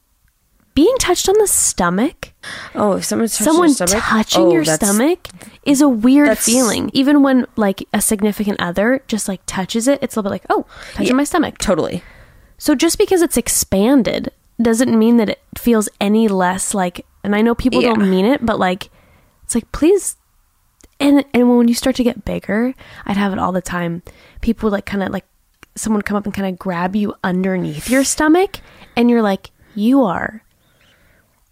Speaker 6: being touched on the stomach,
Speaker 4: Oh, if someone touches
Speaker 6: someone
Speaker 4: your stomach,
Speaker 6: touching
Speaker 4: oh,
Speaker 6: your
Speaker 4: that's-
Speaker 6: stomach is a weird
Speaker 4: that's-
Speaker 6: feeling. Even when like a significant other just like touches it, it's a little bit like, oh, touching my stomach.
Speaker 4: totally.
Speaker 6: So just because it's expanded doesn't mean that it feels any less like and I know people
Speaker 4: Yeah.
Speaker 6: don't mean it, but like it's like please and and when you start to get bigger, I'd have it all the time. People would like kind of like someone would come up and kind of grab you underneath your stomach and you're like you are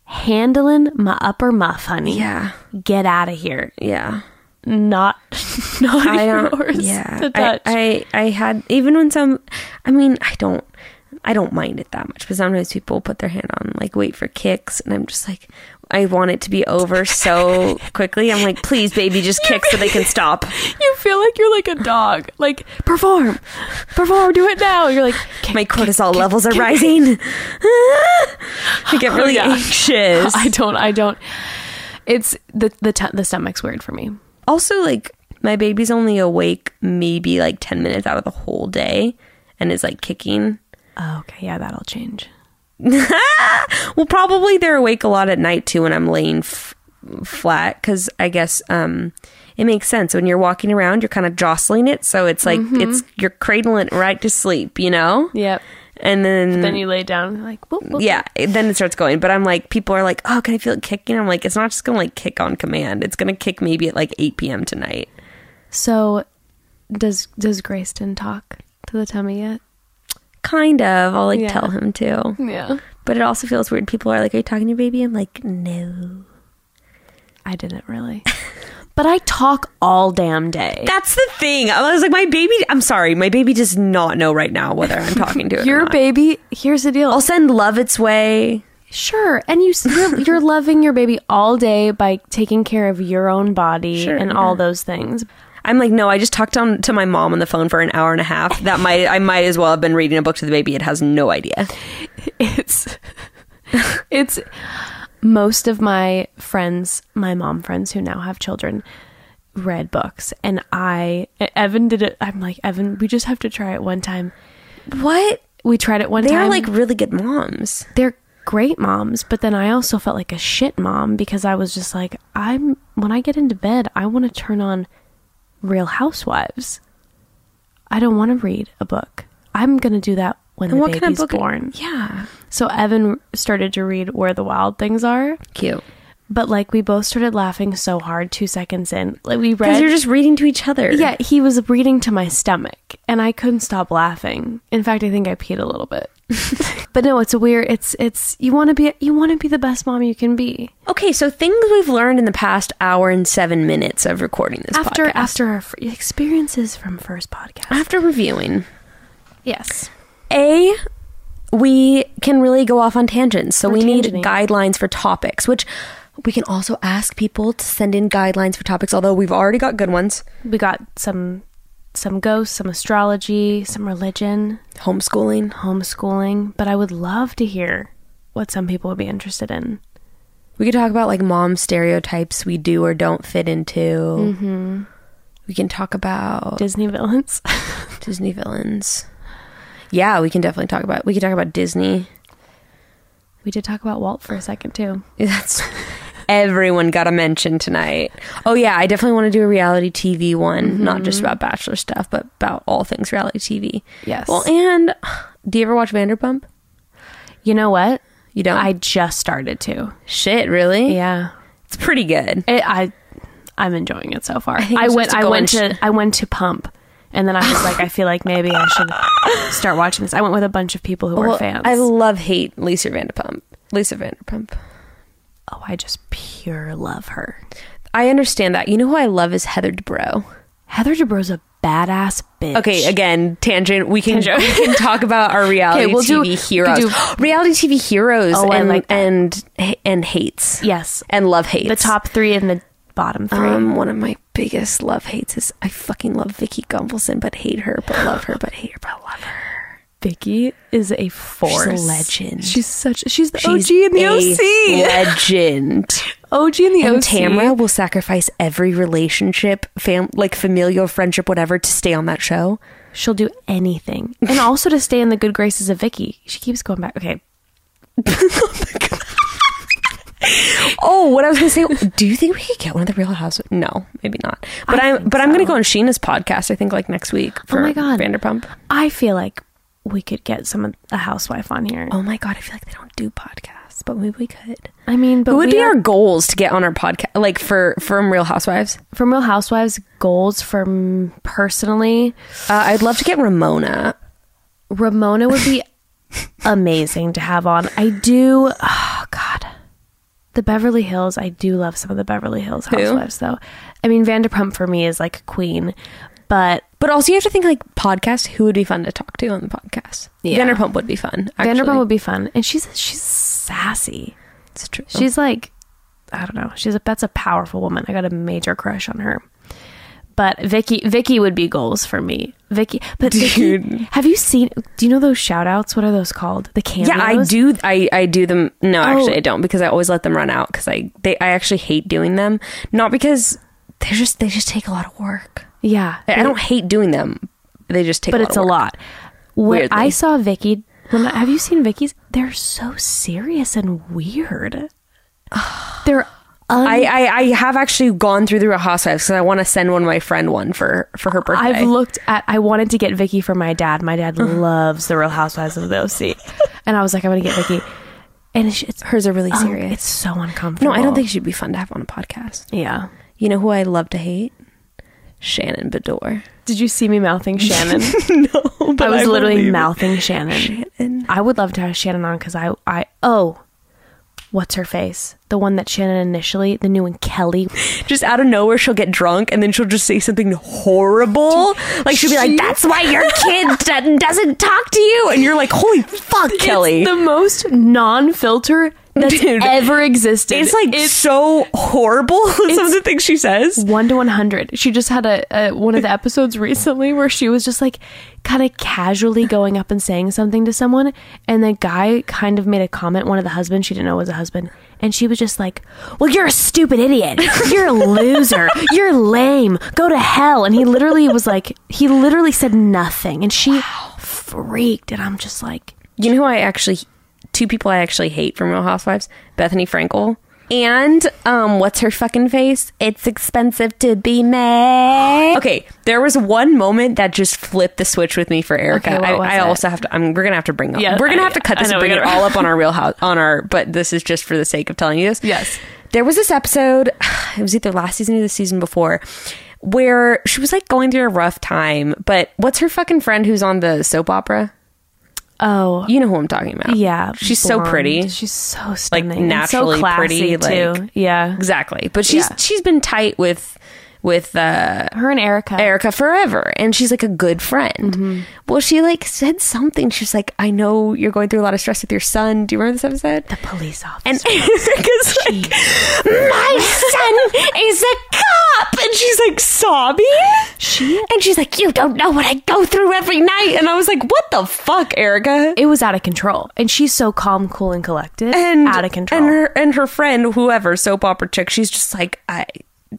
Speaker 6: handling my upper muff, honey.
Speaker 4: Yeah,
Speaker 6: Get out of here.
Speaker 4: yeah.
Speaker 6: Not not
Speaker 4: I
Speaker 6: yours
Speaker 4: don't. Yeah,
Speaker 6: to
Speaker 4: I,
Speaker 6: touch.
Speaker 4: I I had even when some. I mean, I don't. I don't mind it that much, but sometimes people put their hand on like wait for kicks, and I'm just like, I want it to be over so quickly. I'm like, please, baby, just kick so they can stop.
Speaker 6: you feel like you're like a dog. Like perform, perform, do it now. You're like "Okay,
Speaker 4: My cortisol levels are rising. I get really
Speaker 6: yeah.
Speaker 4: anxious.
Speaker 6: I don't, I don't. It's the the t- the stomach's weird for me.
Speaker 4: Also, like my baby's only awake maybe like ten minutes out of the whole day, and is like kicking.
Speaker 6: Oh, okay, yeah, that'll change.
Speaker 4: Well, probably they're awake a lot at night too when I'm laying f- flat because I guess um, it makes sense when you're walking around, you're kind of jostling it, so it's like it's you're cradling it right to sleep, you know.
Speaker 6: Yep.
Speaker 4: And then,
Speaker 6: Then you lay down, and you're like whoop, whoop.
Speaker 4: yeah, it- then it starts going. But I'm like, people are like, oh, can I feel it kicking? I'm like, it's not just gonna like kick on command. It's gonna kick maybe at like 8 p.m. tonight.
Speaker 6: So, does does Grayston talk to the tummy yet?
Speaker 4: Kind of. I'll like
Speaker 6: Yeah.
Speaker 4: tell him to.
Speaker 6: Yeah.
Speaker 4: But it also feels weird. People are like, are you talking to your baby? I'm like, no.
Speaker 6: I didn't really. But I talk all damn day.
Speaker 4: That's the thing. I was like, my baby. I'm sorry, my baby does not know right now whether I'm talking to it. or
Speaker 6: Your
Speaker 4: not.
Speaker 6: baby, here's the deal.
Speaker 4: I'll send love its way.
Speaker 6: Sure, and you you're, you're loving your baby all day by taking care of your own body
Speaker 4: Sure,
Speaker 6: and all those things.
Speaker 4: I'm like, no. I just talked on to my mom on the phone for an hour and a half. That might. I might as well have been reading a book to the baby. It has no idea.
Speaker 6: It's it's most of my friends, my mom friends who now have children, read books, and I E-, Evan did it. I'm like Evan, we just have to try it one time.
Speaker 4: What?
Speaker 6: We tried it one
Speaker 4: They
Speaker 6: time.
Speaker 4: are like really good moms.
Speaker 6: they're great moms, but then I also felt like a shit mom because I was just like, I'm when I get into bed, I want to turn on Real Housewives. I don't want to read a book. I'm gonna do that when the
Speaker 4: what
Speaker 6: baby's
Speaker 4: kind of book-
Speaker 6: born.
Speaker 4: Yeah.
Speaker 6: So Evan started to read Where the Wild Things Are,
Speaker 4: Cute.
Speaker 6: but like we both started laughing so hard two seconds in. Like we
Speaker 4: Because
Speaker 6: read.
Speaker 4: you're just reading to each other.
Speaker 6: yeah, he was reading to my stomach, and I couldn't stop laughing. In fact, I think I peed a little bit. but no, it's a weird. It's it's you want to be you want to be the best mom you can be.
Speaker 4: Okay. So things we've learned in the past hour and seven minutes of recording this
Speaker 6: after
Speaker 4: podcast.
Speaker 6: after our fr- experiences from first podcast.
Speaker 4: after reviewing.
Speaker 6: Yes.
Speaker 4: A, we can really go off on tangents. So we need
Speaker 6: tangenting.
Speaker 4: guidelines for topics, which we can also ask people to send in guidelines for topics, although we've already got good ones.
Speaker 6: We got some some ghosts, some astrology, some religion,
Speaker 4: Homeschooling.
Speaker 6: homeschooling, but I would love to hear what some people would be interested in.
Speaker 4: We could talk about like mom stereotypes we do or don't fit into. Mm-hmm. We can talk about
Speaker 6: Disney villains.
Speaker 4: Disney villains. Yeah, we can definitely talk about. We can talk about Disney.
Speaker 6: we did talk about Walt for a second too.
Speaker 4: That's everyone got a mention tonight. Oh yeah, I definitely want to do a reality TV one, not
Speaker 6: Mm-hmm.
Speaker 4: just about bachelor stuff, but about all things reality TV.
Speaker 6: Yes.
Speaker 4: Well, and do you ever watch Vanderpump?
Speaker 6: You know what?
Speaker 4: You don't.
Speaker 6: I just started to.
Speaker 4: shit really.
Speaker 6: Yeah.
Speaker 4: it's pretty good.
Speaker 6: It, I I'm enjoying it so far. I,
Speaker 4: you're supposed
Speaker 6: went
Speaker 4: to
Speaker 6: I
Speaker 4: go
Speaker 6: went
Speaker 4: and
Speaker 6: to I went to pump and then I was like I feel like maybe I should start watching this. I went with a bunch of people who were
Speaker 4: Well,
Speaker 6: fans.
Speaker 4: I love hate Lisa Vanderpump. Lisa Vanderpump.
Speaker 6: oh, I just pure love her.
Speaker 4: I understand that. You know who I love is Heather Dubrow.
Speaker 6: Heather DeBro's a badass bitch.
Speaker 4: Okay, again, tangent. We can we can talk about our reality
Speaker 6: we'll do-
Speaker 4: TV
Speaker 6: we
Speaker 4: heroes,
Speaker 6: do-
Speaker 4: reality TV heroes,
Speaker 6: Oh, I
Speaker 4: and
Speaker 6: like that.
Speaker 4: and and hates.
Speaker 6: Yes.
Speaker 4: and love hates.
Speaker 6: The top three and the bottom three.
Speaker 4: Um, one of my biggest love hates is I fucking love Vicky Gumbelson, but hate her, but love her, but hate her, but love her.
Speaker 6: Vicky is a force.
Speaker 4: legend.
Speaker 6: She's such. She's the
Speaker 4: She's
Speaker 6: OG in the
Speaker 4: a
Speaker 6: OC.
Speaker 4: Legend.
Speaker 6: OG in the
Speaker 4: and
Speaker 6: OC.
Speaker 4: Tamra will sacrifice every relationship, fam- like familial, friendship, whatever, to stay on that show.
Speaker 6: She'll do anything, and also to stay in the good graces of Vicky. She keeps going back. Okay,
Speaker 4: Oh, what I was gonna say. do you think we could get one of the Real Housewives? No, maybe not. But I Oh am but I'm gonna go on Sheena's podcast. I think like next week. For
Speaker 6: my God.
Speaker 4: Vanderpump.
Speaker 6: I feel like we could get some of a housewife on here.
Speaker 4: Oh my god, I feel like they don't do podcasts, but maybe we could.
Speaker 6: I mean, but
Speaker 4: What would
Speaker 6: we
Speaker 4: be
Speaker 6: are-
Speaker 4: our goals to get on our podcast? Like for from Real Housewives,
Speaker 6: from Real Housewives goals from personally.
Speaker 4: uh, I'd love to get Ramona.
Speaker 6: Ramona would be amazing to have on. I do. Oh God, the Beverly Hills. I do love some of the Beverly Hills Housewives, though. I mean, Vanderpump for me is like queen, but
Speaker 4: But also, you have to think like podcast. Who would be fun to talk to on the podcast? Vanderpump would be fun. Actually.
Speaker 6: Vanderpump would be fun. And she's she's sassy.
Speaker 4: It's true.
Speaker 6: She's like, I don't know. She's a that's a powerful woman. I got a major crush on her. But Vicky, Vicky would be goals for me. Vicky, but Vicky, have you seen? Do you know those shout outs? What are those called? The cameos.
Speaker 4: yeah, I do. I, I do them. No, actually,
Speaker 6: Oh.
Speaker 4: I don't because I always let them run out because I they I actually hate doing them. Not because they're just they just take a lot of work.
Speaker 6: Yeah,
Speaker 4: I, I don't hate doing them. They just take.
Speaker 6: but
Speaker 4: a
Speaker 6: it's a
Speaker 4: lot of work.
Speaker 6: lot. What
Speaker 4: Weirdly.
Speaker 6: I saw Vicky. When I- have you seen Vicky's? They're so serious and weird. They're un-
Speaker 4: I, I, I have actually gone through the Real Housewives because I want to send one my friend one for for her birthday.
Speaker 6: I've looked at. I wanted to get Vicky for my dad. My dad loves the Real Housewives of the OC, and I was like, I'm gonna get Vicky. And it's, it's
Speaker 4: Hers are really
Speaker 6: un-
Speaker 4: serious.
Speaker 6: Um, It's so uncomfortable.
Speaker 4: no, I don't think she'd be fun to have on a podcast.
Speaker 6: Yeah.
Speaker 4: You know who I love to hate? Shannon Bedore.
Speaker 6: Did you see me mouthing Shannon?
Speaker 4: no, but
Speaker 6: I was literally mouthing Shannon.
Speaker 4: Shannon.
Speaker 6: I would love to have Shannon on because I, I, oh, what's her face? The one that Shannon initially, the new one, Kelly.
Speaker 4: Just out of nowhere, she'll get drunk and then she'll just say something horrible. Like she'll be like, "That's why your kid d- doesn't talk to you," and you're like, "Holy fuck, Kelly!"
Speaker 6: The most non-filter that's
Speaker 4: Dude,
Speaker 6: ever existed.
Speaker 4: it's like so horrible. some of the things she says.
Speaker 6: one to 100 she just had a, a one of the episodes recently where she was just like kind of casually going up and saying something to someone and the guy kind of made a comment one of the husbands she didn't know was a husband and she was just like well you're a stupid idiot you're a loser you're lame go to hell and he literally was like he literally said nothing and she freaked and i'm just like
Speaker 4: You know who I actually two people I actually hate from Real Housewives? Bethany Frankel. And um what's her fucking face? It's expensive to be made.
Speaker 6: "Eh?"
Speaker 4: Okay, there was one moment that just flipped the switch with me for Erica.
Speaker 6: Okay, what was
Speaker 4: I, I
Speaker 6: it?
Speaker 4: also have to I'm we're gonna have to bring up
Speaker 6: Yeah,
Speaker 4: we're gonna
Speaker 6: I-
Speaker 4: have to cut
Speaker 6: I
Speaker 4: this
Speaker 6: know,
Speaker 4: and
Speaker 6: we
Speaker 4: bring it
Speaker 6: gotta-
Speaker 4: all up on our real house on our but this is just for the sake of telling you this.
Speaker 6: Yes.
Speaker 4: There was this episode, it was either last season or the season before, where she was like going through a rough time, but what's her fucking friend who's on the soap opera?
Speaker 6: oh
Speaker 4: You know who I'm talking about.
Speaker 6: yeah
Speaker 4: She's
Speaker 6: blonde.
Speaker 4: so pretty.
Speaker 6: she's so stunning and
Speaker 4: naturally
Speaker 6: so
Speaker 4: pretty,
Speaker 6: classy
Speaker 4: like-
Speaker 6: too yeah
Speaker 4: exactly. But she's
Speaker 6: Yeah.
Speaker 4: she's been tight with with uh
Speaker 6: her and erica
Speaker 4: Erica forever and she's like a good friend. Well, she like said something. She's like, "I know you're going through a lot of stress with your son. Do you remember this episode?"
Speaker 6: police officer
Speaker 4: And Erica's like, "My son is a cop." And she's like sobbing. She And she's like, "You don't know what I go through every night." And I was like, "What the fuck, Erica?"
Speaker 6: it was out of control. And she's so calm, cool, and collected.
Speaker 4: and
Speaker 6: out of control.
Speaker 4: And her and her friend, whoever soap opera chick, she's just like, I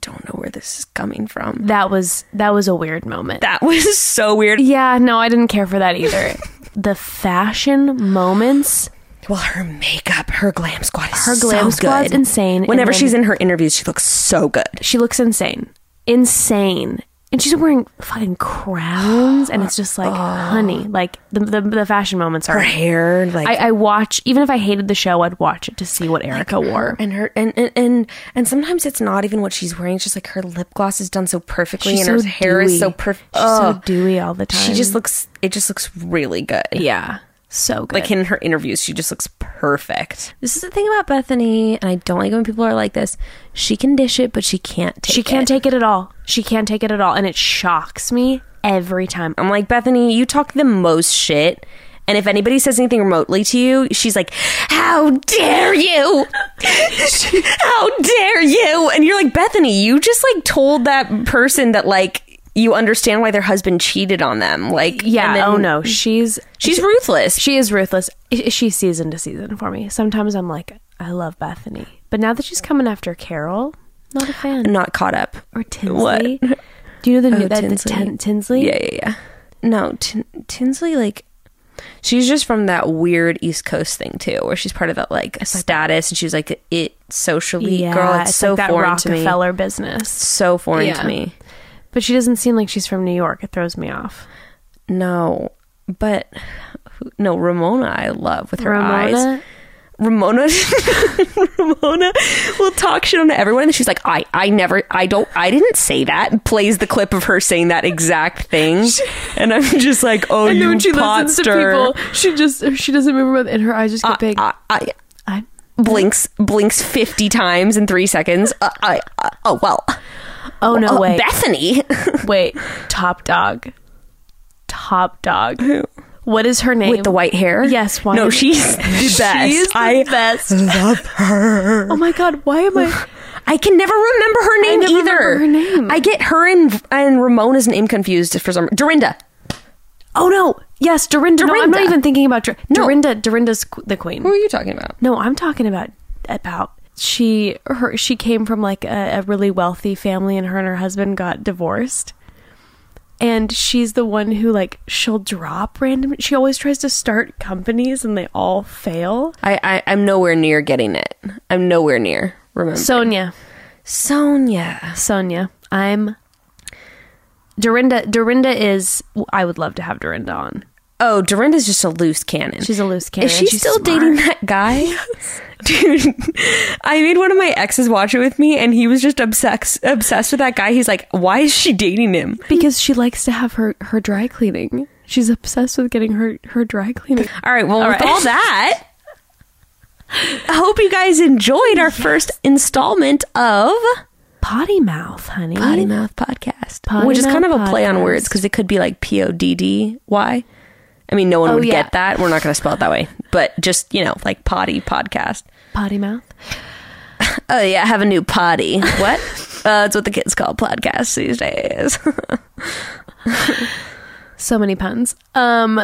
Speaker 4: don't know where this is coming from.
Speaker 6: that was that was a weird moment.
Speaker 4: That was so weird.
Speaker 6: yeah, no, I didn't care for that either. the fashion moments,
Speaker 4: Well, her makeup, her glam squad, is
Speaker 6: Her glam
Speaker 4: so
Speaker 6: squad's
Speaker 4: good.
Speaker 6: insane, and
Speaker 4: Whenever
Speaker 6: then-
Speaker 4: she's in her interviews, she looks so good.
Speaker 6: she looks insane. Insane. And she's wearing fucking crowns and it's just like
Speaker 4: Uh,
Speaker 6: honey. Like the the, the fashion moments are
Speaker 4: Her hair, like
Speaker 6: I, I watch even if I hated the show, I'd watch it to see what Erica wore.
Speaker 4: and her and, and and and sometimes it's not even what she's wearing. It's just like her lip gloss is done so perfectly,
Speaker 6: She's
Speaker 4: and
Speaker 6: so
Speaker 4: her hair
Speaker 6: dewy.
Speaker 4: is so perfect.
Speaker 6: She's so dewy all the time.
Speaker 4: she just looks. It just looks really good.
Speaker 6: Yeah. So good.
Speaker 4: like in her interviews, she just looks perfect. This is the thing about Bethany, and I don't like when people are like this. She can dish it, but she can't take
Speaker 6: she can't take it at all. She can't take it at all, and it shocks me
Speaker 4: every time. I'm like, Bethany, you talk the most shit. And if anybody says anything remotely to you, she's like, How dare you? How dare you? Oh, And you're like, Bethany, you just like told that person that like you understand why their husband cheated on them. Like,
Speaker 6: Yeah.
Speaker 4: and then
Speaker 6: oh no, she's
Speaker 4: She's ruthless.
Speaker 6: she is ruthless. I- She's season to season for me. Sometimes I'm like, I love Bethany, but now that she's coming after Carol, not a fan.
Speaker 4: not caught up.
Speaker 6: Or Tinsley. Do you know the new that
Speaker 4: Oh, Tinsley.
Speaker 6: Tinsley? Tin, Tinsley?
Speaker 4: Yeah, yeah, yeah. No, Tin- Tinsley, like, she's just from that weird East Coast thing, too, where she's part of that, like, status, and she's like, it socially,
Speaker 6: Yeah,
Speaker 4: girl, it's, so
Speaker 6: like that
Speaker 4: foreign to me.
Speaker 6: Rockefeller business.
Speaker 4: So foreign to me.
Speaker 6: But she doesn't seem like she's from New York. It throws me off.
Speaker 4: No, but, who- no, Ramona, I love with her eyes.
Speaker 6: Ramona,
Speaker 4: Ramona Ramona will talk shit on everyone and she's like I I never I don't I didn't say that plays the clip of her saying that exact thing and I'm just like oh
Speaker 2: And
Speaker 4: you
Speaker 2: then when she
Speaker 4: pot
Speaker 2: listens
Speaker 4: stirrer.
Speaker 2: to people, she just she doesn't move her mouth, and her eyes just get big.
Speaker 4: I, I, I blinks blinks 50 times in 3 seconds uh, I, uh, oh well
Speaker 6: Oh no,
Speaker 4: Uh,
Speaker 6: wait,
Speaker 4: Bethany
Speaker 6: wait. Top dog, top dog. What is her name?
Speaker 4: with the white hair
Speaker 6: Yes, why
Speaker 4: no
Speaker 6: is-
Speaker 4: she's the best
Speaker 6: She's the
Speaker 4: I
Speaker 6: best.
Speaker 4: love her
Speaker 6: Oh my god, why am I?
Speaker 4: I can never remember her name
Speaker 6: never
Speaker 4: either.
Speaker 6: remember her name.
Speaker 4: I get her and and Ramona's name confused for some. Dorinda.
Speaker 6: Oh no, yes, Dorinda. No, I'm
Speaker 4: Dorinda.
Speaker 6: not even thinking about Dor-
Speaker 4: No.
Speaker 6: Dorinda. Dorinda's qu- the queen.
Speaker 4: are you talking about?
Speaker 6: No, I'm talking about about she her she came from like a, a really wealthy family and her and her husband got divorced. And she's the one who like she'll drop random she always tries to start companies and they all fail.
Speaker 4: I, I I'm nowhere near getting it. I'm nowhere near. Remember
Speaker 6: Sonia.
Speaker 4: Sonia.
Speaker 6: Sonia. I'm Dorinda Dorinda is I would love to have Dorinda on.
Speaker 4: Oh, Dorinda's just a loose cannon.
Speaker 6: She's a loose cannon.
Speaker 4: Is she
Speaker 6: She's
Speaker 4: still
Speaker 6: smart.
Speaker 4: dating that guy? Dude, I made one of my exes watch it with me, and he was just obsessed obsessed with that guy. He's like, "Why is she dating him?"
Speaker 6: because she likes to have her her dry cleaning. She's obsessed with getting her her dry cleaning.
Speaker 4: All right. Well, with all that, I hope you guys enjoyed our first installment of
Speaker 6: Potty mouth, honey.
Speaker 4: Potty Mouth Podcast,
Speaker 6: Potty
Speaker 4: which is
Speaker 6: Mouth
Speaker 4: kind of a play on words
Speaker 6: Podcast.
Speaker 4: because it could be like P O D D Y. I mean, no one would
Speaker 6: Oh, yeah.
Speaker 4: get that. We're not going to spell it that way, but just you know, like potty podcast.
Speaker 6: Potty mouth.
Speaker 4: Oh yeah, I have a new potty. What? uh, that's what the kids call podcasts these days.
Speaker 6: So many puns. Um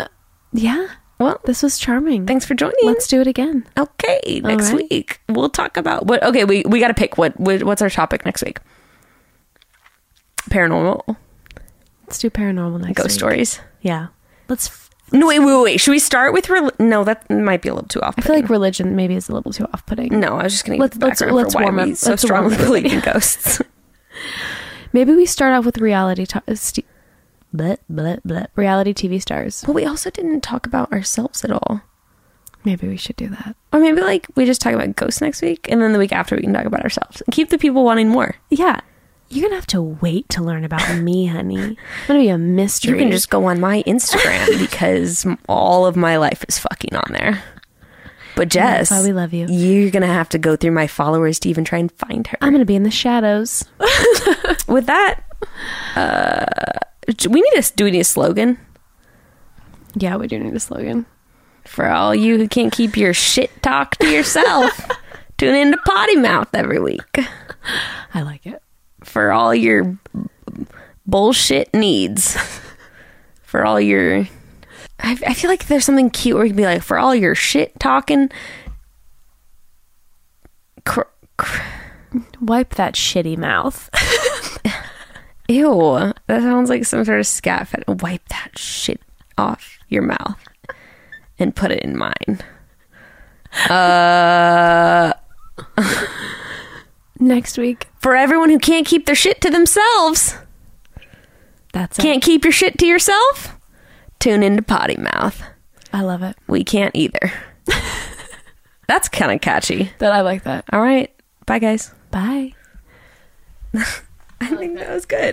Speaker 6: yeah.
Speaker 4: well,
Speaker 6: This was charming.
Speaker 4: thanks for joining.
Speaker 6: Let's do it again.
Speaker 4: okay, next
Speaker 6: right.
Speaker 4: week we'll talk about what. Okay, we we got to pick what, what what's our topic next week. Paranormal
Speaker 6: Let's do paranormal next
Speaker 4: ghost
Speaker 6: week.
Speaker 4: stories.
Speaker 6: Yeah. Let's f-
Speaker 4: No, wait, wait, wait, wait. Should we start with rel- no? That might be a little too off.
Speaker 6: I feel like religion maybe is a little too off putting.
Speaker 4: no. I was just going to
Speaker 6: Let's-
Speaker 4: give the
Speaker 6: let's-
Speaker 4: background
Speaker 6: let's
Speaker 4: for why
Speaker 6: warm up-
Speaker 4: we so
Speaker 6: let's warm
Speaker 4: strongly
Speaker 6: up everybody.
Speaker 4: believe in ghosts.
Speaker 6: Maybe we start off with reality to- uh, st- bleh, bleh, bleh, reality TV stars.
Speaker 4: but we also didn't talk about ourselves at all.
Speaker 6: Maybe we should do that.
Speaker 4: Or maybe like we just talk about ghosts next week, and then the week after we can talk about ourselves and keep the people wanting more.
Speaker 6: Yeah. You're going to have to wait to learn about me, honey. I'm going to be a mystery.
Speaker 4: You can just go on my Instagram because all of my life is fucking on there. But Jess,
Speaker 6: that's why we love you.
Speaker 4: You're gonna have to go through my followers to even try and find her.
Speaker 6: I'm going to be in the shadows.
Speaker 4: With that, uh, do we need a do we need a slogan?
Speaker 6: Yeah, we do need a slogan.
Speaker 4: For all you who can't keep your shit talk to yourself, tune in to Potty Mouth every week.
Speaker 6: I like it.
Speaker 4: For all your b- bullshit needs. For all your. I, I feel like there's something cute where you can be like, for all your shit talking. Cr- cr-
Speaker 6: Wipe that shitty mouth.
Speaker 4: ew. That sounds like some sort of scat fetish. Wipe that shit off your mouth and put it in mine.
Speaker 6: Next week.
Speaker 4: For everyone who can't keep their shit to themselves.
Speaker 6: That's it.
Speaker 4: Can't keep your shit to yourself? Tune into Potty Mouth.
Speaker 6: I love it.
Speaker 4: We can't either. That's kind of catchy.
Speaker 6: That I like that.
Speaker 4: All right. Bye, guys.
Speaker 6: Bye.
Speaker 4: I, think that was good.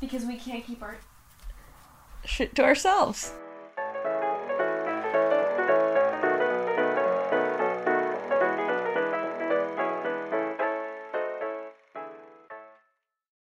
Speaker 5: because we can't keep our
Speaker 4: Shit to ourselves.